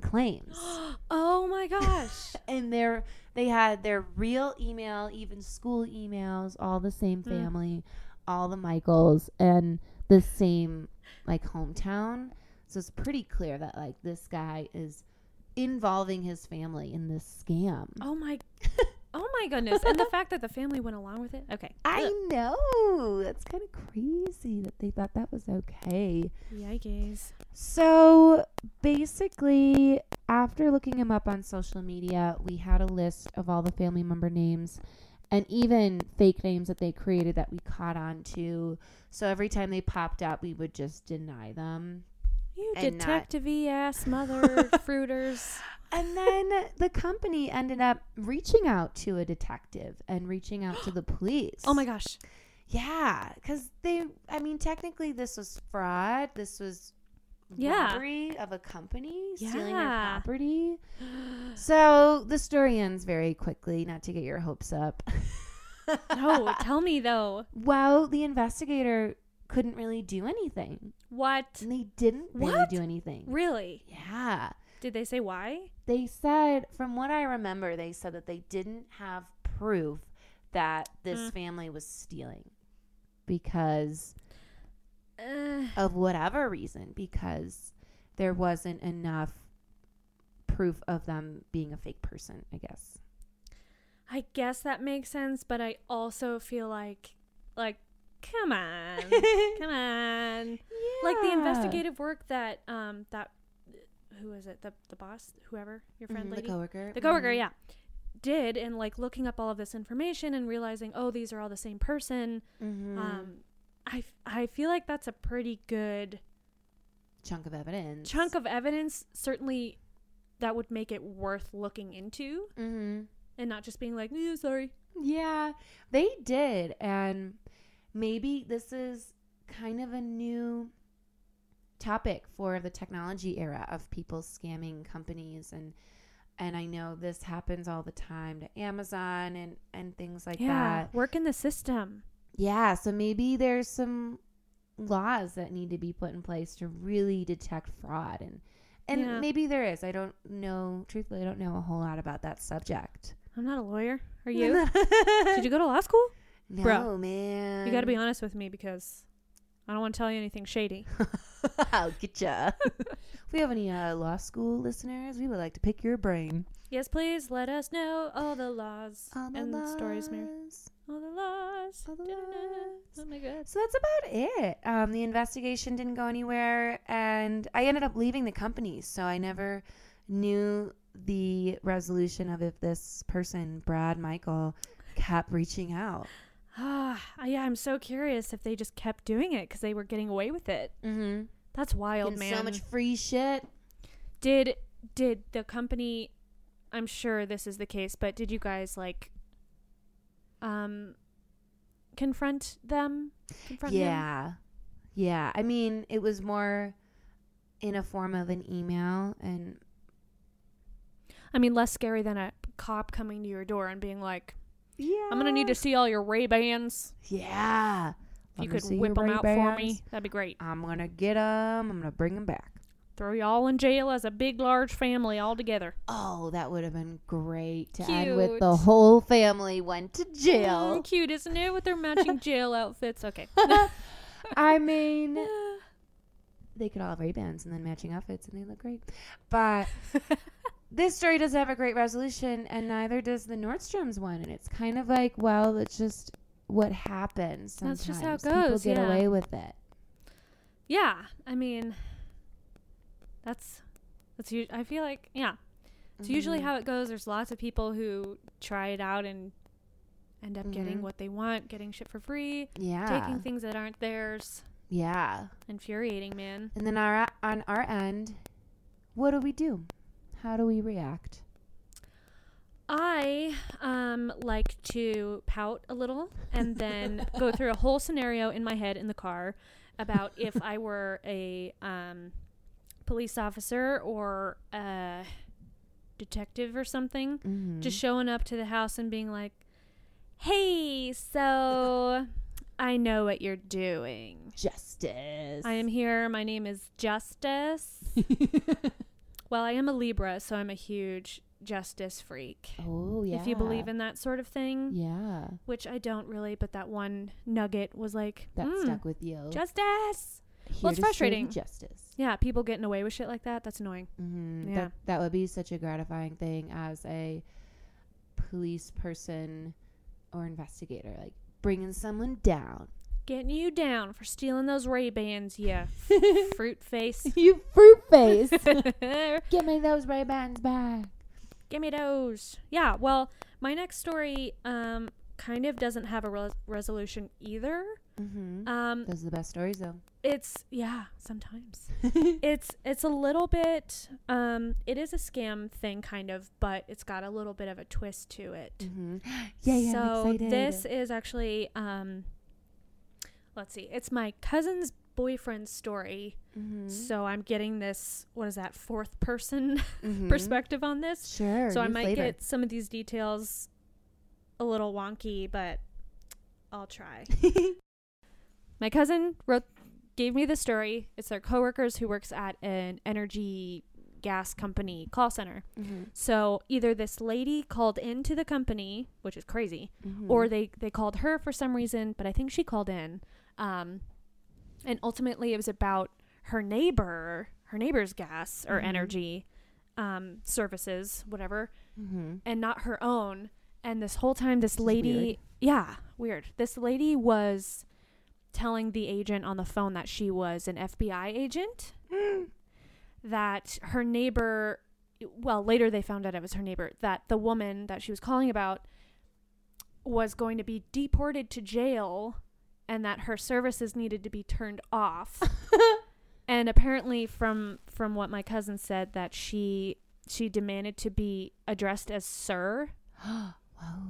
[SPEAKER 2] claims.
[SPEAKER 1] Oh my gosh.
[SPEAKER 2] and their they had their real email, even school emails, all the same
[SPEAKER 1] Hmm.
[SPEAKER 2] family, all the Michaels, and the same like hometown. So it's pretty clear that like this guy is involving his family in this scam.
[SPEAKER 1] oh my. Oh my goodness. And the fact that the family went along with it. Okay.
[SPEAKER 2] I know. That's kind of crazy that they thought that was okay.
[SPEAKER 1] Yikes.
[SPEAKER 2] So basically, after looking him up on social media, we had a list of all the family member names and even fake names that they created that we caught on to. So every time they popped up, we would just deny them.
[SPEAKER 1] You
[SPEAKER 2] And not-
[SPEAKER 1] detective ass mother fruiters.
[SPEAKER 2] And then the company ended up reaching out to a detective and reaching out to the police.
[SPEAKER 1] Oh my gosh.
[SPEAKER 2] Yeah, because they, I mean, technically this was fraud. This was
[SPEAKER 1] Yeah.
[SPEAKER 2] robbery of a company, stealing your
[SPEAKER 1] Yeah.
[SPEAKER 2] property. So the story ends very quickly, not to get your hopes up.
[SPEAKER 1] No, tell me though.
[SPEAKER 2] Well, the investigator couldn't really do anything.
[SPEAKER 1] What?
[SPEAKER 2] And they didn't really
[SPEAKER 1] What?
[SPEAKER 2] do anything.
[SPEAKER 1] Really?
[SPEAKER 2] Yeah.
[SPEAKER 1] Did they say why?
[SPEAKER 2] They said, from what I remember, they said that they didn't have proof that this
[SPEAKER 1] Mm.
[SPEAKER 2] family was stealing because
[SPEAKER 1] Uh,
[SPEAKER 2] of whatever reason because there wasn't enough proof of them being a fake person, I guess.
[SPEAKER 1] I guess that makes sense, but I also feel like, like, come on, come on. Like the
[SPEAKER 2] Yeah.
[SPEAKER 1] investigative work that um that who is it the the boss whoever your friend
[SPEAKER 2] Mhm, the
[SPEAKER 1] lady
[SPEAKER 2] coworker.
[SPEAKER 1] the coworker
[SPEAKER 2] mhm.
[SPEAKER 1] yeah did in like looking up all of this information and realizing, oh, these are all the same person.
[SPEAKER 2] Mm-hmm.
[SPEAKER 1] Um, I, f- I feel like that's a pretty good
[SPEAKER 2] chunk of evidence.
[SPEAKER 1] chunk of evidence. Certainly, that would make it worth looking into
[SPEAKER 2] Mm-hmm.
[SPEAKER 1] and not just being like, "Eh, sorry.
[SPEAKER 2] Yeah, they did. And maybe this is kind of a new topic for the technology era of people scamming companies and and I know this happens all the time to Amazon and and things like that.
[SPEAKER 1] work in the system.
[SPEAKER 2] Yeah, so maybe there's some laws that need to be put in place to really detect fraud and and
[SPEAKER 1] Yeah.
[SPEAKER 2] maybe there is. I don't know truthfully I don't know a whole lot about that subject.
[SPEAKER 1] I'm not a lawyer. Are you? Did you go to law school?
[SPEAKER 2] No,
[SPEAKER 1] Bro,
[SPEAKER 2] man.
[SPEAKER 1] You got to be honest with me because I don't want to tell you anything shady.
[SPEAKER 2] I'll get ya. if we have any uh, law school listeners, we would like to pick your brain.
[SPEAKER 1] Yes, please let us know all the laws and stories, Mary. All the laws.
[SPEAKER 2] All the
[SPEAKER 1] Da-da-da.
[SPEAKER 2] laws.
[SPEAKER 1] Oh my God.
[SPEAKER 2] So that's about it. Um, the investigation didn't go anywhere, and I ended up leaving the company, so I never knew the resolution of if this person, Brad Michael, kept reaching out.
[SPEAKER 1] Ah, yeah, I'm so curious if they just kept doing it because they were getting away with it.
[SPEAKER 2] Mm-hmm.
[SPEAKER 1] That's wild, man.
[SPEAKER 2] so much free shit.
[SPEAKER 1] did did the company i'm sure this is the case but did you guys like um confront them confront him?
[SPEAKER 2] yeah. Yeah. I mean, it was more in a form of an email and
[SPEAKER 1] i mean less scary than a cop coming to your door and being like
[SPEAKER 2] yeah.
[SPEAKER 1] i'm gonna need to see all your ray bans if you
[SPEAKER 2] Yeah. Let me
[SPEAKER 1] could
[SPEAKER 2] see
[SPEAKER 1] whip
[SPEAKER 2] your
[SPEAKER 1] them out for
[SPEAKER 2] Ray-Bans.
[SPEAKER 1] me that'd be great
[SPEAKER 2] I'm going to get them. I'm going to bring them back.
[SPEAKER 1] throw y'all in jail as a big large family all together
[SPEAKER 2] Oh, that would have been great to end with the
[SPEAKER 1] Cute.
[SPEAKER 2] whole family went to
[SPEAKER 1] Mm,
[SPEAKER 2] jail.
[SPEAKER 1] cute isn't it with their matching jail outfits okay
[SPEAKER 2] I mean, they could all have Ray-Bans and then matching outfits and they look great. But this story doesn't have a great resolution, and neither does the Nordstrom's one. And it's kind of like, well, it's just what happens.
[SPEAKER 1] That's
[SPEAKER 2] Sometimes.
[SPEAKER 1] just how it goes,
[SPEAKER 2] People get
[SPEAKER 1] yeah.
[SPEAKER 2] away with it.
[SPEAKER 1] Yeah, I mean, that's that's. u- I feel like yeah, it's usually
[SPEAKER 2] Mhm.
[SPEAKER 1] how it goes. There's lots of people who try it out and end up
[SPEAKER 2] Mhm.
[SPEAKER 1] getting what they want, getting shit for free,
[SPEAKER 2] yeah,
[SPEAKER 1] taking things that aren't theirs.
[SPEAKER 2] yeah.
[SPEAKER 1] Infuriating, man.
[SPEAKER 2] And then our on our end, what do we do? How do we react?
[SPEAKER 1] I um like to pout a little and then go through a whole scenario in my head in the car about if I were a um police officer or a detective or something.
[SPEAKER 2] Mhm.
[SPEAKER 1] just showing up to the house and being like, "Hey, so I know what you're doing.
[SPEAKER 2] justice.
[SPEAKER 1] I am here. My name is Justice. well, I am a Libra, so I'm a huge justice freak.
[SPEAKER 2] Oh yeah.
[SPEAKER 1] If you believe in that sort of thing,
[SPEAKER 2] Yeah,
[SPEAKER 1] which I don't really, but that one nugget was like,
[SPEAKER 2] that
[SPEAKER 1] "Mm,
[SPEAKER 2] stuck with you.
[SPEAKER 1] justice.
[SPEAKER 2] Here
[SPEAKER 1] well, it's
[SPEAKER 2] to serve you
[SPEAKER 1] frustrating.
[SPEAKER 2] Justice.
[SPEAKER 1] Yeah, people getting away with shit like that. That's annoying.
[SPEAKER 2] Mm-hmm.
[SPEAKER 1] Yeah.
[SPEAKER 2] That that would be such a gratifying thing as a police person or investigator, like bringing someone down.
[SPEAKER 1] Getting you down for stealing those Ray Bans, yeah. Fruit face.
[SPEAKER 2] you fruit face.
[SPEAKER 1] Give
[SPEAKER 2] Give me those Ray Bans back.
[SPEAKER 1] me those. Yeah, well, my next story um kind of doesn't have a res- resolution either.
[SPEAKER 2] Mm-hmm.
[SPEAKER 1] Um
[SPEAKER 2] those are the best stories, though.
[SPEAKER 1] it's yeah, sometimes. it's it's a little bit um it is a scam thing kind of, but it's got a little bit of a twist to it.
[SPEAKER 2] Mm-hmm. Yeah, yeah.
[SPEAKER 1] so
[SPEAKER 2] I'm excited.
[SPEAKER 1] this is actually um let's see. It's my cousin's boyfriend's story.
[SPEAKER 2] Mhm.
[SPEAKER 1] So I'm getting this what is that fourth person
[SPEAKER 2] Mhm.
[SPEAKER 1] perspective on this.
[SPEAKER 2] Sure.
[SPEAKER 1] so I
[SPEAKER 2] new
[SPEAKER 1] might
[SPEAKER 2] flavor.
[SPEAKER 1] get some of these details a little wonky, but I'll try. My cousin wrote gave me the story. It's their coworkers who works at an energy gas company call center.
[SPEAKER 2] Mhm.
[SPEAKER 1] So either this lady called into the company, which is crazy,
[SPEAKER 2] Mm-hmm.
[SPEAKER 1] or they they called her for some reason, but I think she called in. Um, and ultimately, it was about her neighbor, her neighbor's gas or
[SPEAKER 2] Mhm.
[SPEAKER 1] energy um, services, whatever
[SPEAKER 2] Mhm.
[SPEAKER 1] and not her own. And this whole time, this
[SPEAKER 2] is
[SPEAKER 1] lady,
[SPEAKER 2] weird.
[SPEAKER 1] yeah, weird. This lady was telling the agent on the phone that she was an FBI agent, that her neighbor well, later they found out it was her neighbor, that the woman that she was calling about was going to be deported to jail and that her services needed to be turned off. and apparently from from what my cousin said that she she demanded to be addressed as sir.
[SPEAKER 2] Whoa.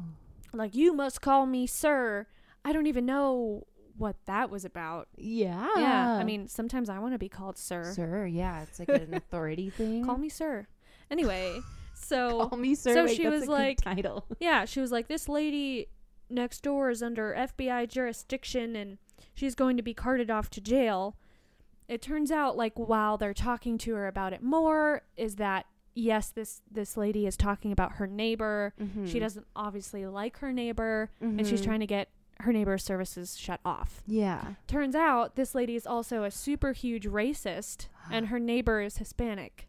[SPEAKER 1] Like you must call me sir. I don't even know what that was about.
[SPEAKER 2] Yeah.
[SPEAKER 1] Yeah. I mean, sometimes I want to be called sir.
[SPEAKER 2] Ah. sir. Yeah, it's like an authority thing.
[SPEAKER 1] Call me sir. Anyway, so
[SPEAKER 2] Call me sir.
[SPEAKER 1] So
[SPEAKER 2] Wait,
[SPEAKER 1] she
[SPEAKER 2] that's
[SPEAKER 1] was
[SPEAKER 2] a good
[SPEAKER 1] like-
[SPEAKER 2] title.
[SPEAKER 1] Yeah, she was like, this lady next door is under FBI jurisdiction and she's going to be carted off to jail. It turns out, like, while they're talking to her about it more, is that yes, this this lady is talking about her neighbor.
[SPEAKER 2] Hmm.
[SPEAKER 1] She doesn't obviously like her neighbor, and
[SPEAKER 2] Mm.
[SPEAKER 1] she's trying to get her neighbor's services shut off.
[SPEAKER 2] Yeah.
[SPEAKER 1] Turns out, this lady is also a super huge racist, and her neighbor is Hispanic.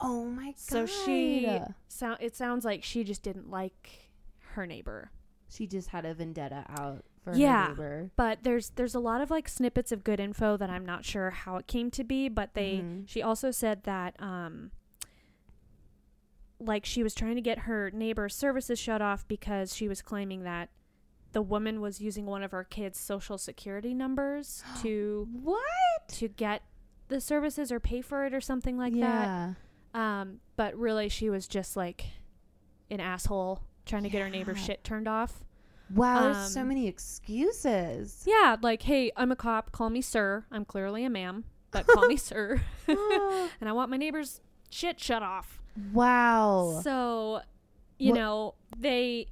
[SPEAKER 2] Oh my god.
[SPEAKER 1] So she so it sounds like she just didn't like her neighbor.
[SPEAKER 2] she just had a vendetta out for
[SPEAKER 1] Yeah.
[SPEAKER 2] her neighbor.
[SPEAKER 1] but there's there's a lot of like snippets of good info that I'm not sure how it came to be, but they
[SPEAKER 2] Mhm.
[SPEAKER 1] she also said that um like she was trying to get her neighbor's services shut off because she was claiming that the woman was using one of her kids' social security numbers to
[SPEAKER 2] What?
[SPEAKER 1] to get the services or pay for it or something like
[SPEAKER 2] yeah.
[SPEAKER 1] that. Um but really she was just like an asshole trying to get her neighbor's
[SPEAKER 2] Yeah.
[SPEAKER 1] shit turned off.
[SPEAKER 2] Wow, there's so
[SPEAKER 1] Um,
[SPEAKER 2] many excuses.
[SPEAKER 1] Yeah, like, hey, I'm a cop. Call me sir. I'm clearly a ma'am, but call me sir.
[SPEAKER 2] Oh,
[SPEAKER 1] And I want my neighbor's shit shut off.
[SPEAKER 2] wow.
[SPEAKER 1] So, you
[SPEAKER 2] What-
[SPEAKER 1] know, they,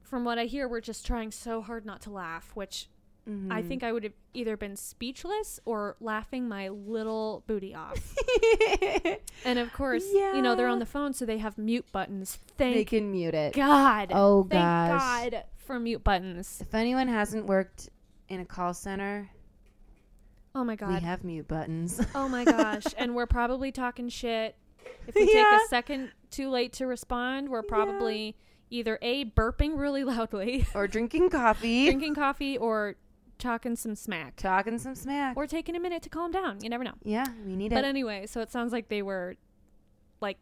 [SPEAKER 1] from what I hear, were just trying so hard not to laugh, which
[SPEAKER 2] Mm.
[SPEAKER 1] I think I would have either been speechless or laughing my little booty off.
[SPEAKER 2] Mhm.
[SPEAKER 1] and of course, you know, they're on
[SPEAKER 2] Yeah.
[SPEAKER 1] the phone, so they have mute buttons.
[SPEAKER 2] they
[SPEAKER 1] Thank
[SPEAKER 2] can mute it.
[SPEAKER 1] God.
[SPEAKER 2] Oh
[SPEAKER 1] Thank
[SPEAKER 2] gosh.
[SPEAKER 1] God for mute buttons.
[SPEAKER 2] If anyone hasn't worked in a call center,
[SPEAKER 1] Oh my
[SPEAKER 2] we
[SPEAKER 1] God.
[SPEAKER 2] have mute buttons.
[SPEAKER 1] Oh my gosh. and we're probably talking shit. If we
[SPEAKER 2] Yeah.
[SPEAKER 1] take a second too late to respond, we're probably either A, burping really loudly,
[SPEAKER 2] or drinking coffee,
[SPEAKER 1] drinking coffee, or talking some smack,
[SPEAKER 2] talking some smack.
[SPEAKER 1] or taking a minute to calm down. You never know.
[SPEAKER 2] yeah, we need
[SPEAKER 1] But
[SPEAKER 2] it.
[SPEAKER 1] anyway, so it sounds like they were like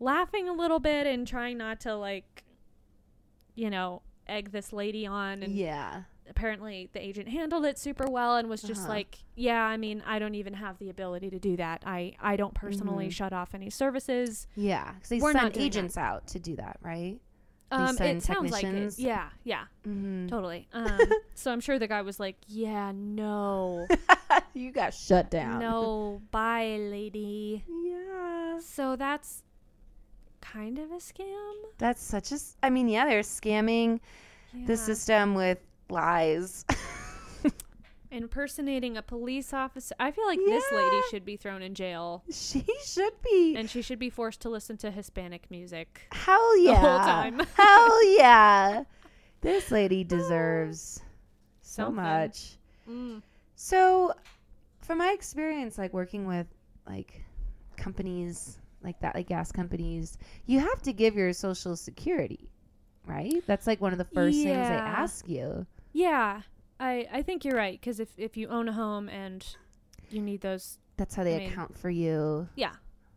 [SPEAKER 1] laughing a little bit and trying not to like, you know, egg this lady on. And
[SPEAKER 2] yeah.
[SPEAKER 1] apparently the agent handled it super well and was just
[SPEAKER 2] Uh-huh.
[SPEAKER 1] like yeah i mean i don't even have the ability to do that i i don't personally
[SPEAKER 2] Mhm.
[SPEAKER 1] shut off any services
[SPEAKER 2] Yeah. Because they
[SPEAKER 1] We're not
[SPEAKER 2] send
[SPEAKER 1] doing that.
[SPEAKER 2] agents out to do that, right?
[SPEAKER 1] um it
[SPEAKER 2] send
[SPEAKER 1] sounds like it
[SPEAKER 2] technicians?
[SPEAKER 1] yeah yeah
[SPEAKER 2] Mm-hmm.
[SPEAKER 1] totally um so i'm sure the guy was like yeah no
[SPEAKER 2] you got shut down.
[SPEAKER 1] no bye lady
[SPEAKER 2] Yeah.
[SPEAKER 1] so that's kind of a scam
[SPEAKER 2] That's such a. s- I mean, yeah, they're scamming
[SPEAKER 1] Yeah.
[SPEAKER 2] the system with lies.
[SPEAKER 1] impersonating a police officer i feel like this lady
[SPEAKER 2] Yeah.
[SPEAKER 1] should be thrown in jail
[SPEAKER 2] she should be.
[SPEAKER 1] and she should be forced to listen to hispanic music
[SPEAKER 2] Hell yeah.
[SPEAKER 1] whole time.
[SPEAKER 2] Hell yeah. This lady deserves so
[SPEAKER 1] Something.
[SPEAKER 2] much.
[SPEAKER 1] mm.
[SPEAKER 2] So, from my experience, like working with like companies like that, like gas companies, you have to give your social security, right? That's like one of the first things they
[SPEAKER 1] Yeah.
[SPEAKER 2] ask you.
[SPEAKER 1] Yeah, I I think you're right because if if you own a home and you need those
[SPEAKER 2] That's how they
[SPEAKER 1] I mean-
[SPEAKER 2] account for you.
[SPEAKER 1] Yeah.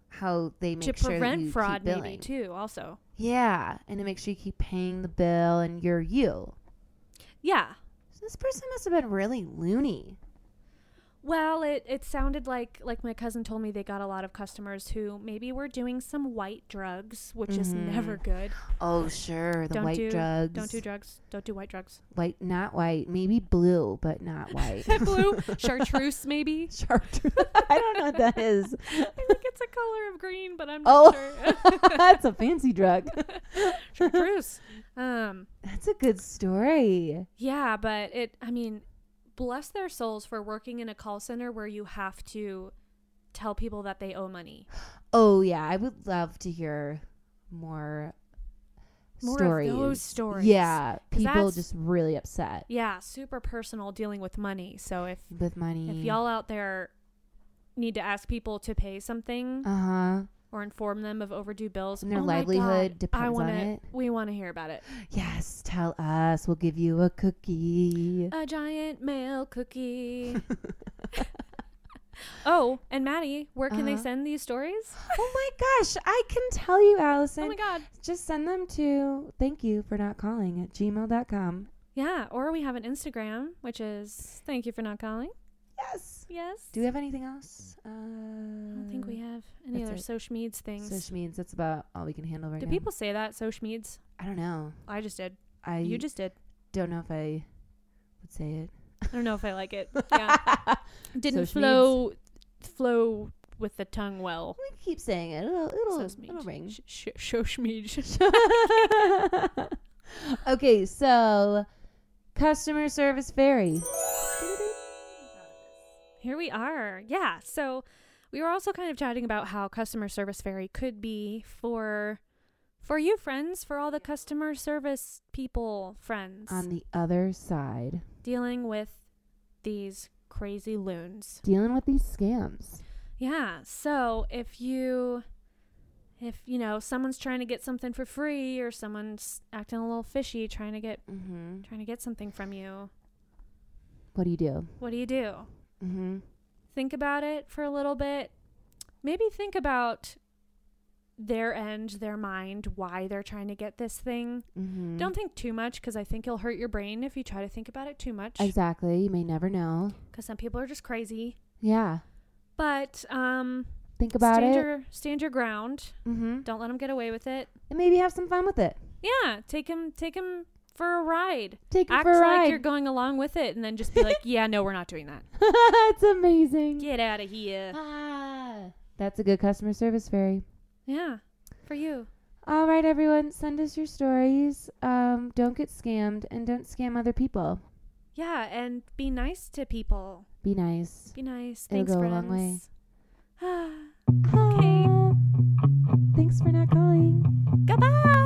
[SPEAKER 2] How they make
[SPEAKER 1] to
[SPEAKER 2] sure that you
[SPEAKER 1] prevent
[SPEAKER 2] keep
[SPEAKER 1] fraud maybe
[SPEAKER 2] billing.
[SPEAKER 1] too also.
[SPEAKER 2] Yeah, and to make sure you keep paying the bill and you're you.
[SPEAKER 1] Yeah.
[SPEAKER 2] So this person must have been really loony.
[SPEAKER 1] Well, it it sounded like like my cousin told me they got a lot of customers who maybe were doing some white drugs, which is
[SPEAKER 2] Mhm.
[SPEAKER 1] never good.
[SPEAKER 2] Oh sure, the
[SPEAKER 1] Don't
[SPEAKER 2] white
[SPEAKER 1] do-
[SPEAKER 2] drugs.
[SPEAKER 1] Don't do drugs. Don't do white drugs.
[SPEAKER 2] white, not white, maybe blue, but not white.
[SPEAKER 1] Blue, chartreuse maybe.
[SPEAKER 2] Chartreuse. I don't know what that is.
[SPEAKER 1] I think it's a color of green, but I'm not
[SPEAKER 2] Oh,
[SPEAKER 1] sure.
[SPEAKER 2] that's a fancy drug.
[SPEAKER 1] chartreuse. Um
[SPEAKER 2] That's a good story.
[SPEAKER 1] Yeah, but it, I mean, bless their souls for working in a call center where you have to tell people that they owe money.
[SPEAKER 2] Oh yeah, I would love to hear more,
[SPEAKER 1] More
[SPEAKER 2] stories.
[SPEAKER 1] of those stories.
[SPEAKER 2] Yeah,
[SPEAKER 1] 'Cause
[SPEAKER 2] people
[SPEAKER 1] that's-
[SPEAKER 2] just really upset
[SPEAKER 1] Yeah, super personal dealing with money. So if
[SPEAKER 2] with money.
[SPEAKER 1] if y'all out there need to ask people to pay something
[SPEAKER 2] uh huh,
[SPEAKER 1] or inform them of overdue bills,
[SPEAKER 2] and their
[SPEAKER 1] oh my God,
[SPEAKER 2] livelihood depends
[SPEAKER 1] I wanna,
[SPEAKER 2] on it.
[SPEAKER 1] We want to hear about it.
[SPEAKER 2] Yes, tell us. We'll give you a cookie.
[SPEAKER 1] A giant mail cookie. Oh, and Maddie, where can they
[SPEAKER 2] Uh-huh.
[SPEAKER 1] send these stories?
[SPEAKER 2] oh my gosh, I can tell you, Allison.
[SPEAKER 1] Oh my God.
[SPEAKER 2] just send them to thank you for not calling at gmail.com.
[SPEAKER 1] Yeah. Or we have an Instagram, which is thank you for not calling.
[SPEAKER 2] Yes.
[SPEAKER 1] Yes.
[SPEAKER 2] Do we have anything else? Uh,
[SPEAKER 1] I don't think we have any
[SPEAKER 2] that's
[SPEAKER 1] other
[SPEAKER 2] it.
[SPEAKER 1] social meds things.
[SPEAKER 2] So she means that's about all we can handle right
[SPEAKER 1] Do
[SPEAKER 2] now.
[SPEAKER 1] people say that social meds?
[SPEAKER 2] I don't know.
[SPEAKER 1] I just did.
[SPEAKER 2] I
[SPEAKER 1] you just did.
[SPEAKER 2] don't know if I would say it.
[SPEAKER 1] I don't know if I like it. Yeah. Didn't
[SPEAKER 2] Social
[SPEAKER 1] flow flow with the tongue well.
[SPEAKER 2] we keep saying it. It'll it'll,
[SPEAKER 1] Social
[SPEAKER 2] it'll
[SPEAKER 1] meds.
[SPEAKER 2] ring.
[SPEAKER 1] Sh- sh- social meds.
[SPEAKER 2] okay, so customer service fairy.
[SPEAKER 1] Here we are. Yeah. So we were also kind of chatting about how customer service fairy could be for for you friends, for all the customer service people friends
[SPEAKER 2] On the other side,
[SPEAKER 1] dealing with these crazy loons.
[SPEAKER 2] dealing with these scams.
[SPEAKER 1] Yeah. So if you if you know someone's trying to get something for free or someone's acting a little fishy trying to get
[SPEAKER 2] Mm-hmm.
[SPEAKER 1] trying to get something from you,
[SPEAKER 2] What do you do?
[SPEAKER 1] what do you do?
[SPEAKER 2] Mm-hmm.
[SPEAKER 1] think about it for a little bit. Maybe think about their end, their mind, why they're trying to get this thing.
[SPEAKER 2] Mm-hmm.
[SPEAKER 1] Don't think too much because I think you'll hurt your brain if you try to think about it too much. Because
[SPEAKER 2] exactly. You may never know.
[SPEAKER 1] some people are just crazy.
[SPEAKER 2] Yeah.
[SPEAKER 1] But um,
[SPEAKER 2] Think about
[SPEAKER 1] stand
[SPEAKER 2] it.
[SPEAKER 1] your stand your ground.
[SPEAKER 2] Mm-hmm.
[SPEAKER 1] Don't let them get away with it.
[SPEAKER 2] And maybe have some fun with it.
[SPEAKER 1] Yeah, take them take them for a ride.
[SPEAKER 2] Take it
[SPEAKER 1] Act
[SPEAKER 2] for a
[SPEAKER 1] like
[SPEAKER 2] ride.
[SPEAKER 1] you're going along with it, and then just be like, "Yeah, no, we're not doing that.
[SPEAKER 2] it's amazing.
[SPEAKER 1] Get out of here."
[SPEAKER 2] Ah, that's a good customer service fairy.
[SPEAKER 1] Yeah, for you.
[SPEAKER 2] All right, everyone, send us your stories. Um, don't get scammed and don't scam other people.
[SPEAKER 1] Yeah, and be nice to people.
[SPEAKER 2] Be nice.
[SPEAKER 1] Be nice.
[SPEAKER 2] It'll
[SPEAKER 1] Thanks,
[SPEAKER 2] go a long way.
[SPEAKER 1] friends. Long way.
[SPEAKER 2] Thanks for not calling.
[SPEAKER 1] Goodbye.